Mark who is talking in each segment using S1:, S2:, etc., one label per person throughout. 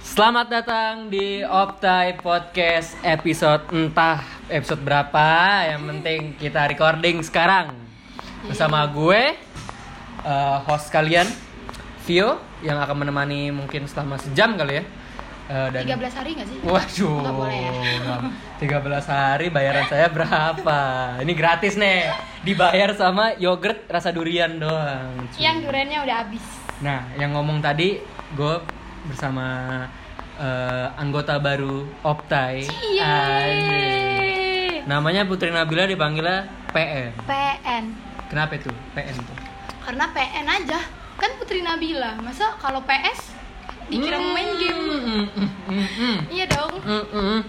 S1: Selamat datang di Optai Podcast episode entah episode berapa Yang penting kita recording sekarang Bersama
S2: Iya.
S1: gue, eh, host kalian Vio yang akan menemani mungkin selama sejam kali ya Eh, dan
S2: 13 hari gak sih?
S1: Waduh,
S2: Nggak boleh ya?
S1: tiga 13 hari bayaran saya berapa? Ini gratis nih, dibayar sama yogurt rasa durian doang. cuy.
S2: Yang duriannya udah habis.
S1: Nah, yang ngomong tadi, gue bersama eh, anggota baru Optai.
S2: Iya.
S1: Anjing.
S2: Yeay.
S1: Namanya Putri Nabila dipanggilnya PN.
S2: PN.
S1: Kenapa itu PN tuh?
S2: Karena PN aja. Kan Putri Nabila. Masa kalau PS dikira mau main game?
S1: Mm, mm, mm, mm,
S2: Iya dong.
S1: mm, mm.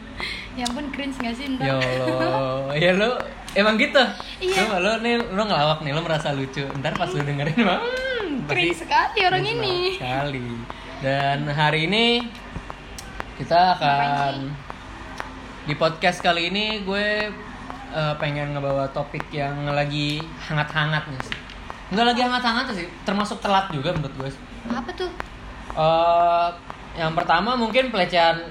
S2: Ya ampun cringe gak sih
S1: Ya
S2: ntar?
S1: Allah, ya lu emang gitu.
S2: Iya.
S1: Coba lu nih lu ngelawak nih, lu merasa lucu. Ntar pas lu dengerin mah hmm, pasti
S2: Cringe sekali orang
S1: lucu
S2: ini.
S1: banget Sekali. Dan hari ini kita akan di podcast kali ini gue eh, pengen ngebawa topik yang lagi hangat-hangatnya sih. Enggak lagi hangat-hangat sih, termasuk telat juga menurut gue.
S2: Apa tuh?
S1: Eh, yang pertama mungkin pelecehan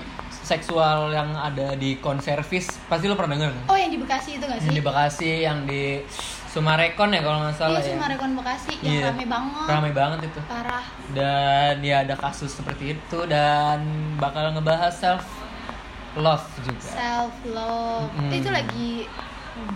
S1: seksual yang ada di konservis pasti lo pernah denger kan?
S2: Oh yang di Bekasi itu gak
S1: Yang di
S2: sih?
S1: Bekasi, yang di Sumarekon ya kalau nggak salah
S2: Iya
S1: ya.
S2: cuma Rekon Bekasi.
S1: Iya.
S2: Yang rame banget.
S1: Ramai banget itu.
S2: Parah.
S1: Dan ya ada kasus seperti itu dan bakal ngebahas self love juga.
S2: Self love.
S1: Mm.
S2: Itu lagi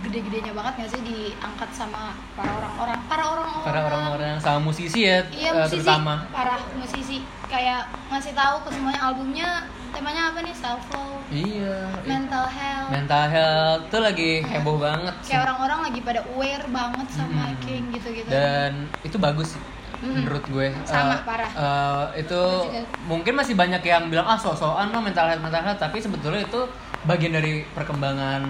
S2: gede-gedenya banget gak sih diangkat sama para orang-orang? Para orang-orang.
S1: Para orang-orang sama musisi ya,
S2: Iya
S1: eh,
S2: musisi
S1: terutama.
S2: parah musisi kayak ngasih tahu ke semuanya albumnya temanya apa nih self love,
S1: Iya.
S2: mental health.
S1: Mental health tuh lagi heboh banget.
S2: kayak orang-orang lagi pada aware banget sama
S1: Mm.
S2: King gitu-gitu.
S1: dan itu bagus sih
S2: Mm.
S1: menurut gue
S2: Sama,
S1: Eh,
S2: parah.
S1: eh, itu
S2: Gue juga.
S1: mungkin masih banyak yang bilang ah so-soan lah mental health mental health tapi sebetulnya itu bagian dari perkembangan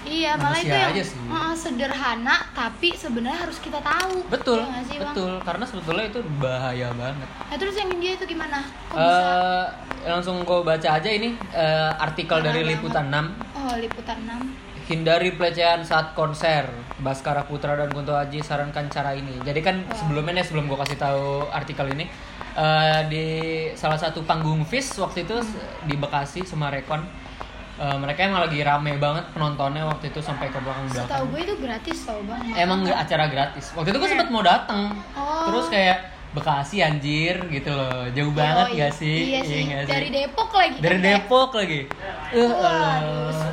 S2: iya, malah itu
S1: manusia
S2: yang
S1: aja sih.
S2: eh, sederhana tapi sebenarnya harus kita tahu.
S1: betul
S2: Iya nggak sih, Bang?
S1: betul karena sebetulnya itu bahaya banget
S2: Nah, terus yang India itu gimana? Kok bisa?
S1: Eh, langsung gue baca aja ini eh, artikel dari
S2: Parah
S1: liputan 6
S2: Oh, liputan 6.
S1: Hindari pelecehan saat konser. Baskara Putra dan Kunto Aji sarankan cara ini. Jadi kan sebelumnya nih, sebelum gue kasih tahu artikel ini eh, di salah satu panggung Fish waktu itu
S2: Hmm.
S1: s- di Bekasi Sumarekon eh, mereka emang lagi rame banget penontonnya waktu itu sampai ke belakang belakang.
S2: Setahu kan? gue itu gratis tau Bang.
S1: Emang nggak acara gratis. Waktu itu gue sempet mau datang.
S2: Oh.
S1: Terus kayak Bekasi anjir gitu loh. Jauh banget
S2: Yoi.
S1: gak sih?
S2: Iya sih.
S1: nggak sih?
S2: Dari Depok lagi.
S1: Dari
S2: kan, kayak,
S1: Depok lagi. Eh,
S2: Waduh,
S1: elah.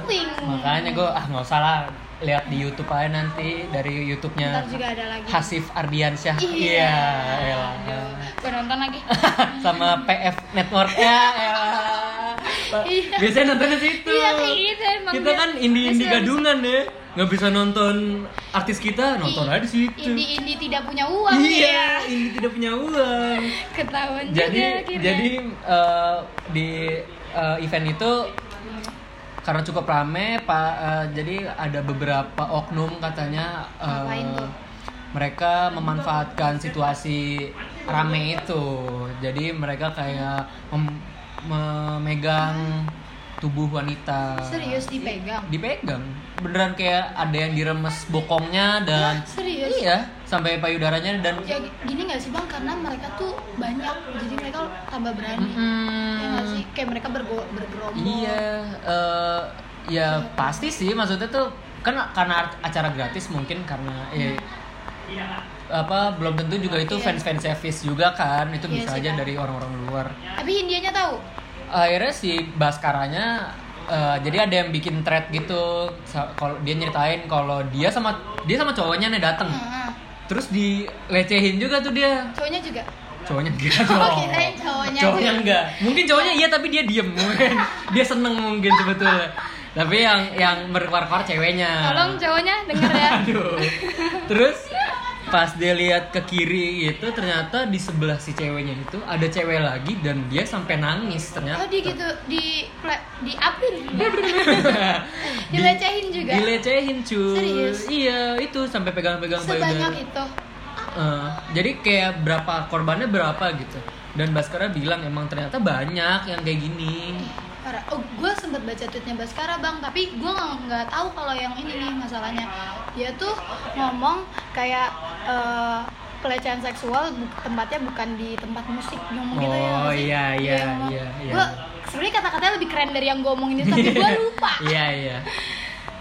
S2: swing.
S1: Makanya gue ah nggak usah lah lihat di YouTube aja nanti dari
S2: Ntar
S1: YouTube-nya
S2: juga ada lagi.
S1: Hasif Ardiansyah.
S2: Iya.
S1: elah.
S2: Aduh, Gue nonton lagi.
S1: Sama PF Network ya. elah.
S2: Iya.
S1: Biasanya nontonnya situ.
S2: Iya, kayak gitu emang
S1: Kita
S2: dia.
S1: kan indie-indie
S2: Biasanya
S1: gadungan ya. Nggak bisa nonton artis kita, nonton aja di situ.
S2: Indi Indi tidak punya uang ya.
S1: Iya, ini tidak punya uang.
S2: Ketahuan
S1: jadi
S2: juga akhirnya.
S1: jadi eh, di eh, event itu karena cukup rame pak eh, jadi ada beberapa oknum katanya eh,
S2: Ngapain tuh?
S1: mereka memanfaatkan situasi rame itu jadi mereka kayak mem- memegang tubuh wanita
S2: serius dipegang.
S1: dipegang beneran kayak ada yang diremes bokongnya dan
S2: Hah, serius?
S1: iya sampai payudaranya dan
S2: Ya gini nggak sih bang karena mereka tuh banyak jadi mereka tambah berani. Ya
S1: Mm-mm.
S2: nggak sih kayak mereka bergo bergerombol.
S1: Iya, eh, ya pasti sih maksudnya tuh kan karena ar- acara gratis mungkin karena eh, apa belum tentu juga itu
S2: Iya.
S1: fans-fans service juga kan itu
S2: Iya
S1: bisa
S2: sih,
S1: aja
S2: Kak.
S1: dari orang-orang luar.
S2: Tapi Indianya tahu.
S1: Akhirnya si Baskaranya eh, jadi ada yang bikin thread gitu Sa- kalau dia nyeritain kalau dia sama dia sama cowoknya nih dateng
S2: Heeh.
S1: terus dilecehin juga tuh dia
S2: Cowoknya juga.
S1: cowoknya enggak
S2: Oh,
S1: dong.
S2: kirain cowoknya.
S1: enggak mungkin cowoknya iya tapi dia diem mungkin dia seneng mungkin sebetulnya tapi yang yang berkuar-kuar ceweknya
S2: Tolong cowoknya denger ya.
S1: aduh terus pas dia lihat ke kiri itu ternyata di sebelah si ceweknya itu ada cewek lagi dan dia sampai nangis ternyata
S2: Oh di gitu di di upin. Dilecehin juga.
S1: dilecehin cuy
S2: Serius?
S1: iya itu sampai pegang-pegang payudara.
S2: Sebanyak itu.
S1: Eh, jadi kayak berapa korbannya berapa gitu dan Baskara bilang emang ternyata banyak yang kayak gini
S2: Parah. Oh, gue sempet baca tweetnya Baskara bang, tapi gue nggak nggak tahu kalau yang ini nih masalahnya. Dia tuh ngomong kayak eh, pelecehan seksual bu- tempatnya bukan di tempat musik ngomong gitu ya.
S1: Oh, iya, iya, iya, iya.
S2: Gue sebenarnya kata-katanya lebih keren dari yang gue omongin itu tapi gue lupa
S1: Iya iya.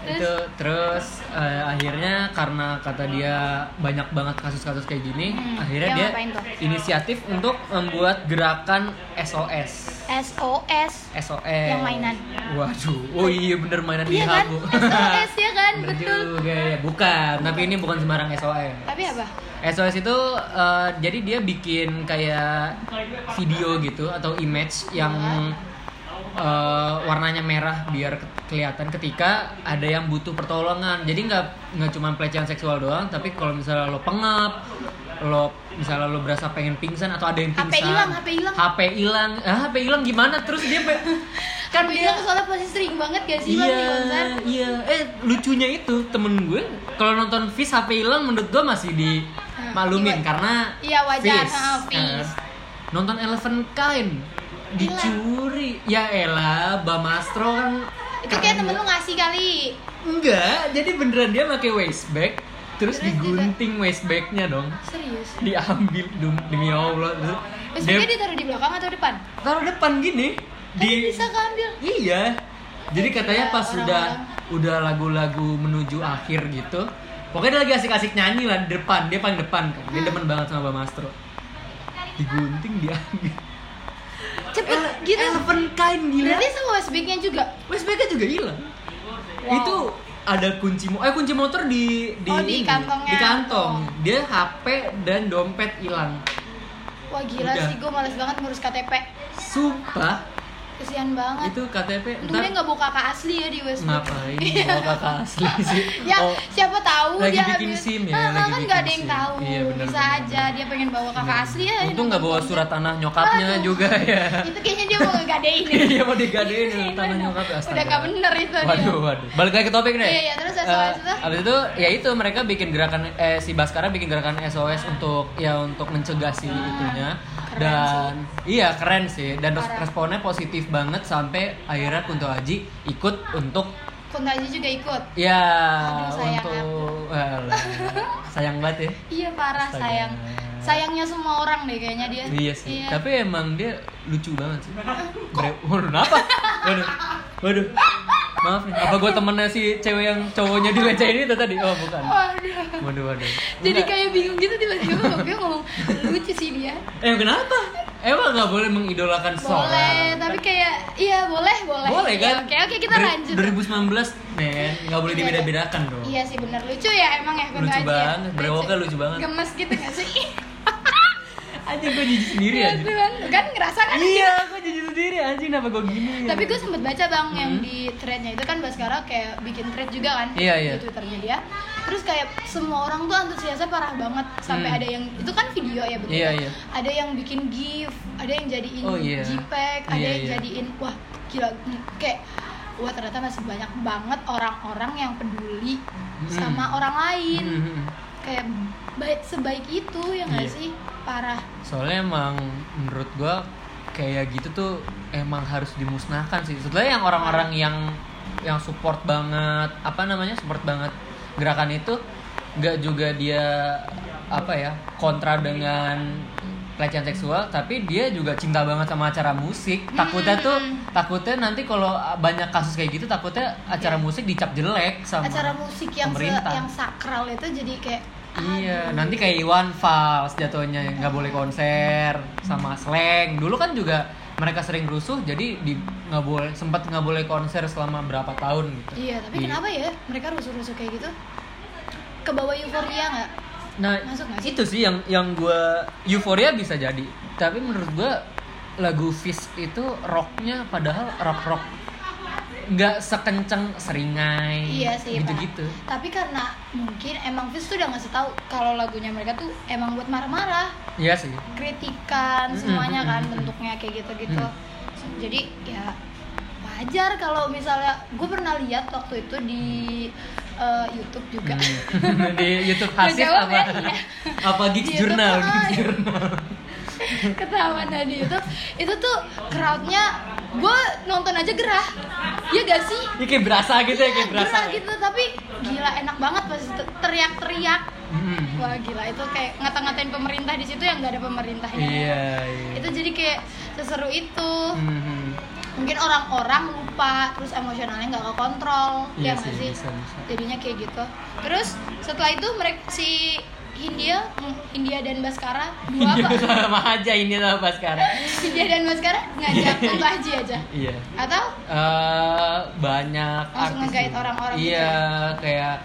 S1: itu terus eh, akhirnya karena kata dia banyak banget kasus-kasus kayak gini,
S2: Hmm,
S1: akhirnya
S2: dia
S1: dia
S2: ngapain tuh?
S1: inisiatif untuk membuat gerakan SOS.
S2: SOS
S1: SOS.
S2: Yang mainan.
S1: Waduh. Oh iya bener mainan
S2: iya
S1: di
S2: kan
S1: habu.
S2: SOS ya kan
S1: Bener
S2: betul
S1: juga ya. Bukan, tapi ini bukan sembarang SOS.
S2: tapi apa
S1: SOS itu eh, jadi dia bikin kayak video gitu atau image yang eh, warnanya merah biar ke- kelihatan ketika ada yang butuh pertolongan. Jadi nggak nggak cuma pelecehan seksual doang, tapi kalau misalnya lo pengap, lo misalnya lo berasa pengen pingsan atau ada yang
S2: HP
S1: pingsan.
S2: hilang, HP hilang.
S1: HP hilang. Ah, HP hilang gimana? Terus dia pe-
S2: kan bilang soalnya pasti sering banget gak sih Bang, di konser
S1: Iya, iya. Eh lucunya itu temen gue kalau nonton Fis HP hilang menurut gue masih dimaklumin
S2: Iya.
S1: karena
S2: Iya, wajar.
S1: Fis.
S2: Ha, Fis.
S1: Nah, nonton Eleven Kind dicuri. Ya elah, Bamastro kan
S2: itu kayak temen lu ngasih kali
S1: Enggak, jadi beneran dia pakai waist bag terus,
S2: Terus
S1: digunting waist bagnya dong
S2: serius
S1: diambil dum- demi Allah Terus
S2: besoknya ditaruh di belakang atau depan
S1: taruh depan gini
S2: kan bisa keambil
S1: Iya. Jadi katanya
S2: Gila,
S1: pas udah udah lagu-lagu menuju akhir gitu. Pokoknya dia lagi asik-asik nyanyi lah di depan, dia paling depan kan. Dia demen banget sama Bang Astro. Digunting diambil.
S2: cepet
S1: Ele-
S2: gitu
S1: Elephant kain gila.
S2: berarti sama westbacknya juga
S1: USBK juga hilang.
S2: Wow.
S1: Itu ada kunci mo- eh kunci motor di di,
S2: Oh,
S1: ini,
S2: di kantongnya.
S1: di kantong. Dia HP dan dompet hilang.
S2: wah gila
S1: Udah.
S2: sih gue males banget ngurus KTP
S1: Sumpah,
S2: kesian banget
S1: itu KTP entar
S2: untungnya nggak buka kakak asli ya di westback
S1: ngapain bawa kakak asli sih?
S2: ya
S1: Oh,
S2: siapa tahu
S1: lagi
S2: dia
S1: bikin
S2: habis-
S1: SIM ya,
S2: Ah,
S1: lagi
S2: kan
S1: bikin
S2: nggak ada yang
S1: SIM.
S2: tahu
S1: Iya, benar,
S2: bisa
S1: benar,
S2: aja dia pengen bawa kakak asli ya
S1: Untung
S2: nonton
S1: nggak bawa
S2: konser.
S1: surat tanah nyokapnya
S2: Aduh.
S1: juga ya.
S2: itu kayaknya dia mau ngegadein
S1: Iya mau digadein tanah nyokapnya. astaga.
S2: udah gak bener itu
S1: Waduh, waduh. Balik lagi ke topik nih.
S2: Iya, iya, terus
S1: Eh,
S2: SOS itu?
S1: Abis itu ya itu mereka bikin gerakan eh, si Baskara bikin gerakan SOS untuk ya untuk mencegah si itunya
S2: Ah, Keren
S1: dan iya keren sih dan res-
S2: Parah.
S1: responnya positif banget sampai akhirnya Kunto Aji ikut untuk
S2: dia Kuntaji juga ikut
S1: ya
S2: Aduh, sayang
S1: untuk Alah, sayang banget ya.
S2: iya parah
S1: Astaga.
S2: sayang sayangnya semua orang deh kayaknya dia
S1: Iya sih. Tapi emang dia lucu banget sih. Bre- Waduh, kenapa? Waduh. Waduh. Maaf nih. Apa gue temennya si cewek yang cowoknya dilecehin itu tadi? Oh, bukan.
S2: Waduh.
S1: Waduh, waduh.
S2: jadi
S1: Enggak.
S2: kayak bingung gitu tiba-tiba gue ngomong lucu sih dia
S1: Eh, kenapa? Emang gak boleh mengidolakan seorang?
S2: boleh tapi kayak iya boleh boleh
S1: Boleh
S2: Iya,
S1: kan?
S2: oke oke kita
S1: Dari-
S2: lanjut
S1: 2019, men. Gak boleh
S2: Iya, iya.
S1: dibeda-bedakan dong.
S2: iya sih bener lucu ya emang ya
S1: Lucu
S2: Kuntaji ya?
S1: banget. Brewoknya lucu banget.
S2: gemes gitu gak sih
S1: Anjing, gue jijik sendiri
S2: Iya,
S1: anjing.
S2: kan kan ngerasa kan
S1: Iya, gue jijik sendiri anjing. Kenapa gue gini? ya?
S2: Tapi gue sempet baca bang yang di threadnya itu kan Baskara kayak bikin thread juga kan
S1: Hmm. Iya, iya.
S2: di twitternya dia. Terus kayak semua orang tuh antusiasnya parah banget sampai
S1: Hmm.
S2: ada yang itu kan video ya betul.
S1: Iya, iya.
S2: Ada yang bikin gif, ada yang jadiin
S1: Oh, iya.
S2: JPEG, ada
S1: Iya,
S2: yang
S1: iya.
S2: jadiin wah gila mm, kayak wah ternyata masih banyak banget orang-orang yang peduli
S1: Hmm.
S2: sama orang lain
S1: Mhm.
S2: kayak baik sebaik itu ya nggak
S1: Iya.
S2: sih parah
S1: soalnya emang menurut gua kayak gitu tuh emang harus dimusnahkan sih sebenarnya yang orang-orang yang yang support banget apa namanya support banget gerakan itu nggak juga dia apa ya kontra dengan pelecehan seksual tapi dia juga cinta banget sama acara musik takutnya tuh
S2: Hmm.
S1: takutnya nanti kalau banyak kasus kayak gitu takutnya acara musik dicap jelek sama
S2: Iya. acara musik yang se-
S1: pemerintah.
S2: yang sakral itu jadi kayak
S1: Iya, nanti kayak Iwan Fals jatuhnya nggak boleh konser sama Slank. Dulu kan juga mereka sering rusuh, jadi di nggak boleh sempat nggak boleh konser selama berapa tahun gitu.
S2: Iya, tapi
S1: Di-
S2: kenapa ya mereka rusuh-rusuh kayak gitu? Ke bawah euforia nggak?
S1: Nah,
S2: Masuk nggak sih?
S1: itu sih yang yang gue euforia bisa jadi. Tapi menurut gue lagu Fish itu rocknya padahal rock rock nggak sekencang seringai
S2: Iya sih, Pak.
S1: gitu-gitu.
S2: Tapi karena mungkin emang Fis tuh udah ngasih tahu kalau lagunya mereka tuh emang buat marah-marah,
S1: Iya sih.
S2: kritikan
S1: Mm-mm,
S2: semuanya kan
S1: mm-mm,
S2: bentuknya kayak gitu-gitu.
S1: Mm.
S2: Jadi ya wajar kalau misalnya gue pernah lihat waktu itu di eh, YouTube juga.
S1: Hmm. di YouTube Hasif
S2: Ngejawab ya,
S1: apa
S2: iya.
S1: apa Gigs
S2: Di YouTube,
S1: Journal, gitu.
S2: ah,
S1: Gigs
S2: iya.
S1: Journal.
S2: ketahuan tadi itu itu tuh crowdnya gue nonton aja gerah ya gak sih
S1: Ini kayak berasa gitu ya, kayak berasa.
S2: gerah gitu tapi gila enak banget pas te- teriak-teriak
S1: Mm.
S2: wah gila itu kayak ngata-ngatain pemerintah di situ yang gak ada pemerintahnya
S1: Iya, iya. Mm.
S2: itu jadi kayak seseru itu
S1: Mhm.
S2: mungkin orang-orang lupa terus emosionalnya nggak kekontrol
S1: Iya
S2: ya nggak
S1: sih,
S2: sih
S1: bisa, bisa.
S2: jadinya kayak gitu terus setelah itu mereka si Hindia hmm, Hindia dan Baskara dua apa
S1: Hmm, Iya, sama aja ini lah Baskara
S2: Hindia dan Baskara ngajak Mbak Haji aja
S1: iya
S2: atau
S1: Eh, banyak
S2: Langsung
S1: artis
S2: nge-guide
S1: juga.
S2: orang-orang gitu
S1: iya kayak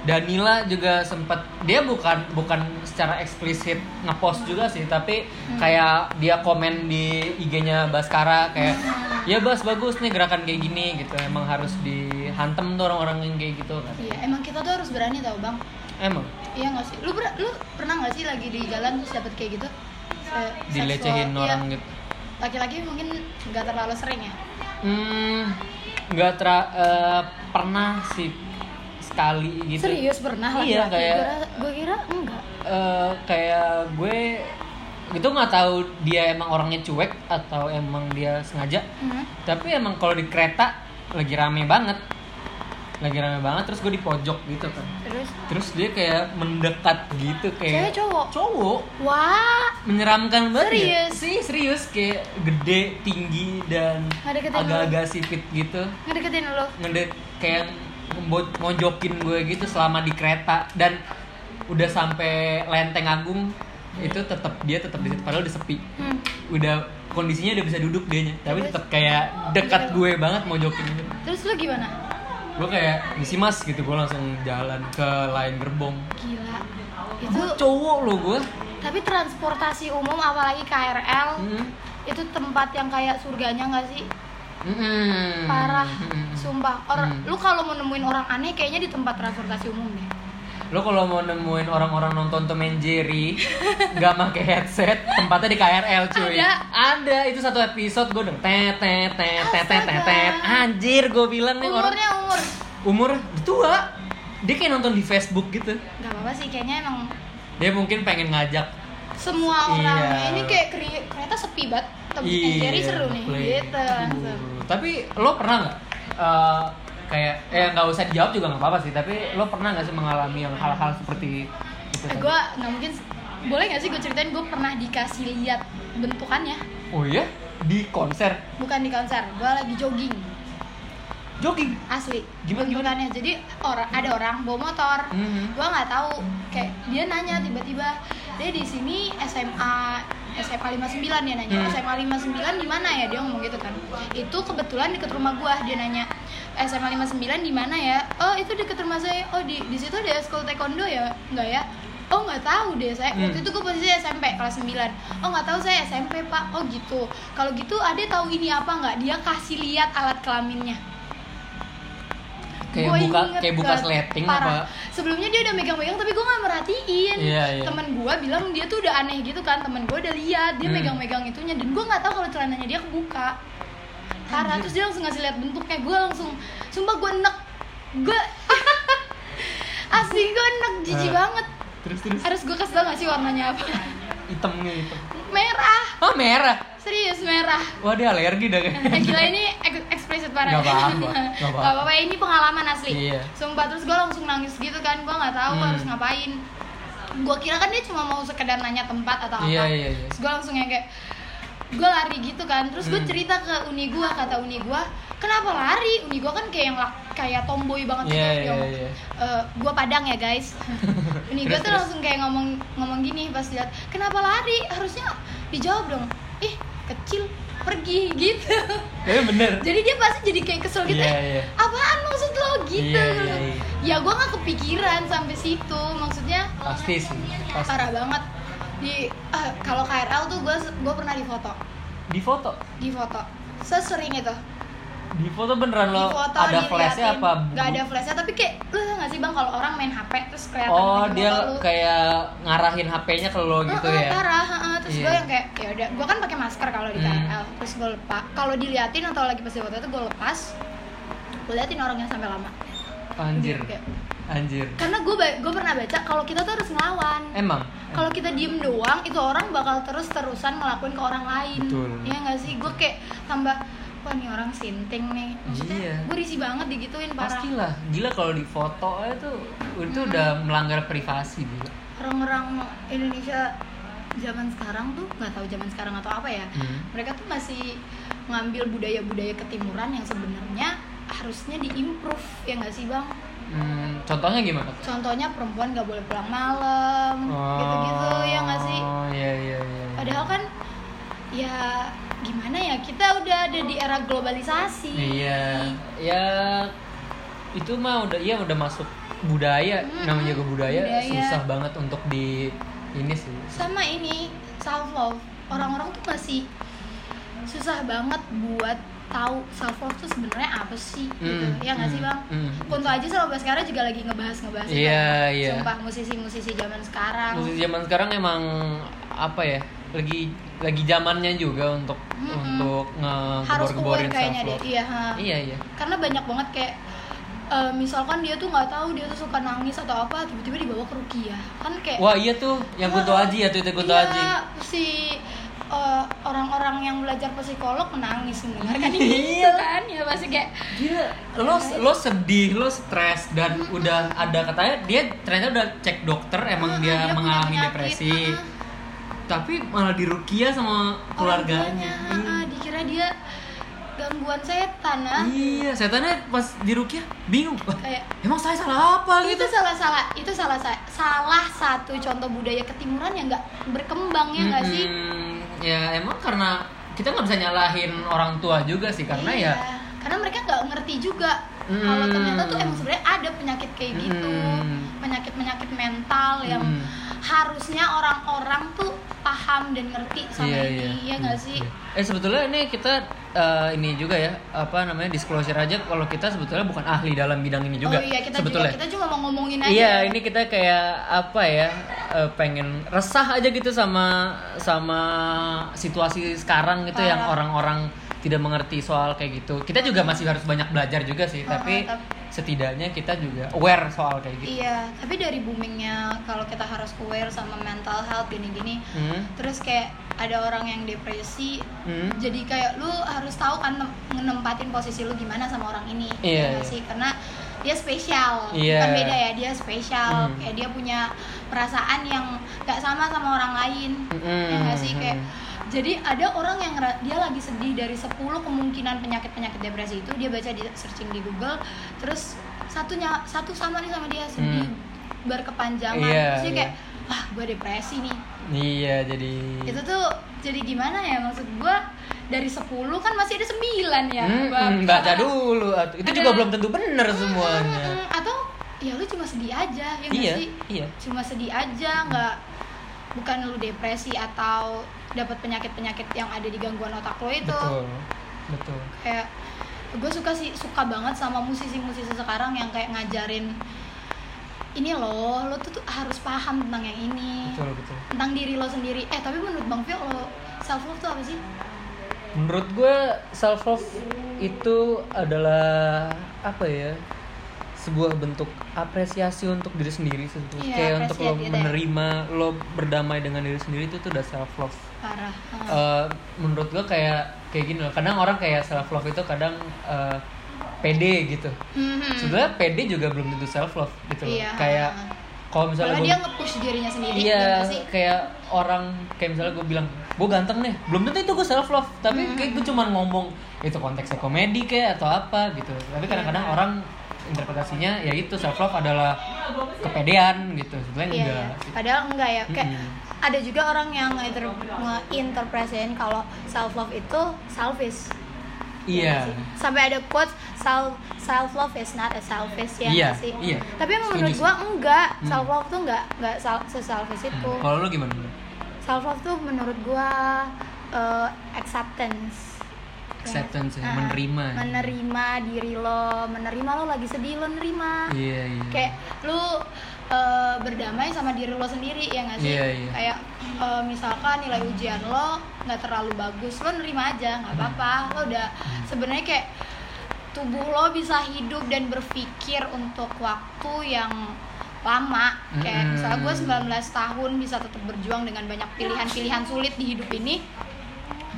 S1: Danila juga sempat dia bukan bukan secara eksplisit ngepost juga sih tapi
S2: Hmm.
S1: kayak dia komen di IG-nya Baskara kayak
S2: Hmm.
S1: ya Bas bagus nih gerakan kayak gini gitu emang harus dihantem tuh orang-orang yang kayak gitu kan
S2: iya emang kita tuh harus berani tau bang
S1: emang
S2: iya nggak sih lu ber- lu pernah nggak sih lagi di jalan terus dapet kayak gitu Se-
S1: dilecehin
S2: seksual-
S1: orang
S2: iya.
S1: gitu
S2: laki-laki mungkin nggak terlalu sering ya
S1: hmm nggak tra eh, pernah sih sekali gitu
S2: serius pernah
S1: Iya,
S2: laki-laki
S1: kayak-
S2: gue kira enggak
S1: eh kayak gue itu nggak tahu dia emang orangnya cuek atau emang dia sengaja
S2: Hmm.
S1: tapi emang kalau di kereta lagi rame banget lagi rame banget terus gue di pojok gitu kan
S2: terus
S1: terus dia kayak mendekat gitu
S2: cewek
S1: kayak
S2: cowok
S1: cowok
S2: wah
S1: menyeramkan banget ya?
S2: Serius?
S1: sih serius kayak gede tinggi dan
S2: Nggak deketin lu.
S1: agak-agag sipit gitu
S2: ngedeketin lo
S1: ngedek kayak ngembo- ngojokin gue gitu selama di kereta dan udah sampai Lenteng Agung itu tetap dia tetap di situ padahal udah sepi
S2: hmm.
S1: udah kondisinya udah bisa duduk dianya tapi
S2: Terus?
S1: tetap kayak dekat gue banget mau jokin gitu
S2: terus lu gimana
S1: gue kayak misi mas gitu gue langsung jalan ke lain gerbong
S2: Gila. Itu
S1: cowok lo gue
S2: tapi transportasi umum apalagi KRL
S1: Mm-mm.
S2: itu tempat yang kayak surganya nggak sih?
S1: Mm-mm.
S2: Parah.
S1: Mm-mm.
S2: Sumpah. Or,
S1: Hmm.
S2: lu kalau mau nemuin orang aneh kayaknya di tempat transportasi umum deh.
S1: lo kalau mau nemuin orang-orang nonton Tom and Jerry nggak pakai headset tempatnya di KRL cuy
S2: Ada.
S1: ada itu satu episode gue denger tet tet tet tet tet tet, tet
S2: Astaga.
S1: anjir gue bilang nih orang
S2: Umurnya umur.
S1: umur dia tua dia kayak nonton di Facebook gitu
S2: Gak apa-apa sih kayaknya emang
S1: dia mungkin pengen ngajak
S2: semua orang
S1: Iya.
S2: ini kayak keri- kereta sepi banget. Tempat
S1: Iya,
S2: Jerry seru nih
S1: play.
S2: gitu langsung.
S1: Aduh. tapi lo pernah nggak eh, kayak eh nggak usah dijawab juga nggak apa-apa sih tapi lo pernah nggak sih mengalami yang hal-hal seperti itu
S2: Eh,
S1: tadi?
S2: Gua nggak mungkin boleh nggak sih gue ceritain gue pernah dikasih lihat bentukannya
S1: oh iya di konser
S2: bukan di konser gue lagi jogging
S1: jogging
S2: asli
S1: Gimana, gimana?
S2: bentukannya jadi orang ada orang bawa motor
S1: Mhm.
S2: gua nggak tahu kayak dia nanya tiba-tiba dia di sini SMA SMA 59 dia nanya
S1: Hmm.
S2: SMA 59 di mana ya dia ngomong gitu kan itu kebetulan deket rumah gua dia nanya SMA 59 di mana ya oh itu deket rumah saya oh di di situ ada sekolah taekwondo ya enggak ya Oh nggak tahu deh saya
S1: Hmm.
S2: waktu itu gue posisi SMP kelas 9 Oh nggak tahu saya SMP pak Oh gitu Kalau gitu ada tahu ini apa nggak Dia kasih lihat alat kelaminnya
S1: kayak
S2: Gua
S1: buka
S2: inget
S1: kayak buka
S2: banget.
S1: sleting
S2: Parah.
S1: apa
S2: sebelumnya dia udah megang-megang tapi gue nggak merhatiin
S1: Iya, iya.
S2: Kan temen gue bilang dia tuh udah aneh gitu kan temen gue udah lihat dia
S1: Hmm.
S2: megang-megang itunya dan gue nggak tahu kalau celananya dia kebuka parah terus dia langsung ngasih lihat bentuknya gue langsung sumpah gue enek gue asli gue enek
S1: Eh.
S2: jijik banget
S1: terus terus
S2: harus gue kasih tau gak sih warnanya apa
S1: hitamnya itu
S2: merah
S1: oh merah
S2: serius merah
S1: wah dia alergi dah kayak
S2: Eh, gila ini ek- eksplisit parah
S1: Gak apa-apa, gak apa-apa.
S2: Gak apa-apa, ini pengalaman asli
S1: Iya.
S2: Sumpah, terus gue langsung nangis gitu kan Gue gak tahu
S1: Hmm.
S2: harus ngapain Gue kira kan dia cuma mau sekedar nanya tempat atau apa
S1: Iya, iya, iya.
S2: Terus gue langsung yang kayak Gue lari gitu kan Terus gue
S1: Hmm.
S2: cerita ke uni gue, kata uni gue Kenapa lari? Uni gue kan kayak yang lak- kayak tomboy banget
S1: Iya,
S2: gitu
S1: iya, iya.
S2: gue padang ya guys Uni gue
S1: Terus,
S2: tuh
S1: terus.
S2: langsung kayak ngomong ngomong gini pas lihat Kenapa lari? Harusnya dijawab dong Ih, kecil, pergi gitu
S1: tapi bener
S2: jadi dia pasti jadi kayak kesel gitu
S1: Iya,
S2: "Eh,
S1: iya.
S2: apaan maksud lo gitu
S1: Iya, iya, iya.
S2: ya gue nggak kepikiran sampai situ maksudnya
S1: pasti sih pasti
S2: parah banget di ah, kalau KRL tuh gue gue pernah difoto
S1: di foto
S2: difoto sesering itu
S1: di foto beneran lo
S2: difoto
S1: ada flashnya apa
S2: nggak ada flashnya tapi kayak lu tau nggak sih bang kalau orang main HP terus kelihatan
S1: oh
S2: di
S1: dia
S2: foto lu.
S1: kayak ngarahin HP-nya ke lo gitu
S2: Heeh,
S1: ya
S2: parah heeh. terus
S1: Iya.
S2: gue yang kayak ya udah gue kan pakai masker kalau di
S1: Hmm.
S2: KRL terus gue lepas kalau diliatin atau lagi pas di foto itu gue lepas gue liatin orangnya sampai lama
S1: anjir
S2: Kayak-
S1: anjir
S2: karena gue gue pernah baca kalau kita tuh harus ngelawan
S1: emang
S2: kalau kita diem doang itu orang bakal terus terusan ngelakuin ke orang lain
S1: Betul.
S2: Iya nggak sih gue kayak tambah wah nih orang sinting nih maksudnya
S1: Iya.
S2: gue risih banget digituin parah
S1: pastilah gila kalau di foto itu itu udah melanggar privasi gitu
S2: orang-orang Indonesia zaman sekarang tuh nggak tahu zaman sekarang atau apa ya
S1: Hmm.
S2: mereka tuh masih ngambil budaya-budaya ketimuran yang sebenarnya harusnya diimprove ya nggak sih bang?
S1: Hmm, contohnya gimana?
S2: Contohnya perempuan nggak boleh pulang malam,
S1: Oh,
S2: gitu-gitu ya nggak sih?
S1: Iya iya iya.
S2: Padahal kan ya gimana ya kita udah ada di era globalisasi.
S1: Iya. Ya itu mah udah iya udah masuk budaya
S2: Mm-mm.
S1: namanya juga budaya,
S2: Hmm, Budaya.
S1: susah banget untuk di ini sih.
S2: sama ini self love orang-orang tuh masih susah banget buat tahu self love tuh sebenarnya apa sih gitu
S1: Hmm,
S2: ya nggak sih
S1: hmm,
S2: bang
S1: hmm.
S2: Kunto aja sama Baskara juga lagi ngebahas ngebahas itu.
S1: Iya, iya.
S2: sumpah musisi-musisi zaman sekarang
S1: Musik zaman sekarang emang apa ya? Lagi lagi zamannya juga untuk
S2: Mm-mm.
S1: untuk
S2: Hmm, harus keluar
S1: ngegebor-geborin
S2: kayaknya deh
S1: self-love.
S2: iya ha.
S1: Iya iya.
S2: karena banyak banget kayak eh, misalkan dia tuh nggak tahu dia tuh suka nangis atau apa tiba-tiba dibawa ke rukiah kan kayak
S1: Wah iya tuh, yang Kunto Aji ya tuh itu Kunto
S2: Iya,
S1: Aji.
S2: si eh, orang-orang yang belajar psikolog menangis mendengarkan
S1: Iya.
S2: itu kan ya pasti kayak
S1: Dia lo lo sedih, lo stres dan udah ada katanya dia ternyata udah cek dokter emang
S2: "Ah,
S1: dia,
S2: punya
S1: mengalami
S2: penyakit,
S1: depresi.
S2: ah,
S1: Tapi malah dirukia sama
S2: ah,
S1: keluarganya.
S2: orang tuanya, ah, ah, dikira dia gangguan setan ah
S1: Iya, setannya pas dirukia bingung. "Wah,
S2: kayak
S1: Emang saya salah apa
S2: itu
S1: gitu?
S2: salah salah itu salah sa- salah satu contoh budaya ketimuran yang nggak berkembang ya nggak sih
S1: Mm-mm. Ya emang karena kita nggak bisa nyalahin orang tua juga sih karena
S2: Iya.
S1: ya
S2: karena mereka nggak ngerti juga
S1: Hmm.
S2: kalau ternyata tuh emang sebenarnya ada penyakit kayak gitu
S1: Hmm.
S2: penyakit penyakit mental yang
S1: Hmm.
S2: harusnya orang-orang tuh paham dan ngerti sama
S1: Iya,
S2: ini
S1: iya.
S2: ya nggak sih
S1: Eh sebetulnya ini kita eh, ini juga ya apa namanya disclosure aja kalau kita sebetulnya bukan ahli dalam bidang ini juga.
S2: oh iya kita
S1: sebetulnya.
S2: juga kita cuma mau ngomongin aja
S1: Iya, ini kita kayak apa ya? eh, pengen resah aja gitu sama sama situasi sekarang gitu
S2: Parah.
S1: yang orang-orang tidak mengerti soal kayak gitu. Kita juga masih harus banyak belajar juga sih,
S2: Heeh,
S1: tapi
S2: tap-
S1: setidaknya kita juga aware soal kayak gitu.
S2: iya tapi dari boomingnya kalau kita harus aware sama mental health gini-gini
S1: Hmm.
S2: terus kayak ada orang yang depresi
S1: Hmm.
S2: jadi kayak lu harus tahu kan nem- nempatin posisi lu gimana sama orang ini
S1: Iya,
S2: ya nggak
S1: iya.
S2: sih karena dia spesial
S1: Iya.
S2: bukan beda ya dia spesial
S1: Hmm.
S2: kayak dia punya perasaan yang gak sama sama orang lain ya
S1: Hmm,
S2: nggak sih kayak
S1: hmm.
S2: jadi ada orang yang ngera- dia lagi sedih dari 10 kemungkinan penyakit-penyakit depresi itu dia baca di searching di Google terus satunya satu sama nih sama dia sedih
S1: Hmm.
S2: berkepanjangan
S1: Iya,
S2: terus dia
S1: iya.
S2: kayak wah gue depresi nih
S1: Iya, jadi
S2: itu tuh jadi gimana ya maksud gua dari 10 kan masih ada 9 ya
S1: Hmm,
S2: Gua-
S1: hmm, baca dulu. atuh. Itu juga
S2: Ada-
S1: belum tentu benar semuanya.
S2: Mm, mm, atau ya lu cuma sedih aja ya nggak
S1: Iya,
S2: sih
S1: iya.
S2: cuma sedih aja nggak bukan lu depresi atau dapat penyakit-penyakit yang ada di gangguan otak lo itu
S1: Betul. Betul.
S2: kayak gue suka sih suka banget sama musisi-musisi sekarang yang kayak ngajarin ini loh lo tuh, tuh harus paham tentang yang ini
S1: Betul, betul.
S2: tentang diri lo sendiri eh tapi menurut bang Vio lo self love tuh apa sih
S1: Menurut gue self love itu adalah apa ya? Sebuah bentuk apresiasi untuk diri sendiri sebetulnya.
S2: Iya,
S1: Kayak untuk lo
S2: apresiasi gitu ya.
S1: menerima, lo berdamai dengan diri sendiri itu tuh udah self love.
S2: parah Hmm.
S1: Eh, menurut gue kayak kayak gini loh. Kadang orang kayak self love itu kadang eh, pede gitu.
S2: Mhm.
S1: Sebenarnya pede juga belum tentu self love gitu loh.
S2: Iya.
S1: Kayak kalau misalnya
S2: Malah
S1: gua-
S2: dia nge-push dirinya sendiri ya
S1: Iya,
S2: nggak sih?
S1: kayak orang kayak misalnya gue bilang gue ganteng nih, belum tentu itu gue self love, tapi
S2: Hmm.
S1: kayak gue cuman ngomong itu konteksnya komedi kayak atau apa gitu. Tapi kadang-kadang
S2: Iya.
S1: orang interpretasinya ya itu self love adalah kepedean gitu, sebenarnya
S2: Iya,
S1: enggak.
S2: iya. Padahal enggak ya kayak
S1: Mm-mm.
S2: ada juga orang yang nge- ngeinterpresin kalau self love itu selfish
S1: Iya.
S2: nggak sih? sampai ada quotes self self love is not a selfish ya
S1: Iya,
S2: nggak sih
S1: iya.
S2: tapi emang
S1: Setuju
S2: menurut
S1: sih.
S2: gua enggak
S1: Hmm.
S2: self love tuh enggak enggak sel- se-selfish itu
S1: Kalau lu gimana? Bro?
S2: self love tuh menurut gua eh, acceptance
S1: Acceptance ya,
S2: Ah,
S1: menerima.
S2: menerima diri lo menerima lo lagi sedih lo nerima
S1: Iya, iya.
S2: kayak lu eh, berdamai sama diri lo sendiri ya nggak sih
S1: Iya, iya.
S2: kayak eh, misalkan nilai ujian lo nggak terlalu bagus lo nerima aja nggak apa-apa lo udah
S1: Hmm.
S2: sebenarnya kayak tubuh lo bisa hidup dan berpikir untuk waktu yang lama kayak
S1: Mm-mm.
S2: misalnya gue 19 tahun bisa tetap berjuang dengan banyak pilihan-pilihan sulit di hidup ini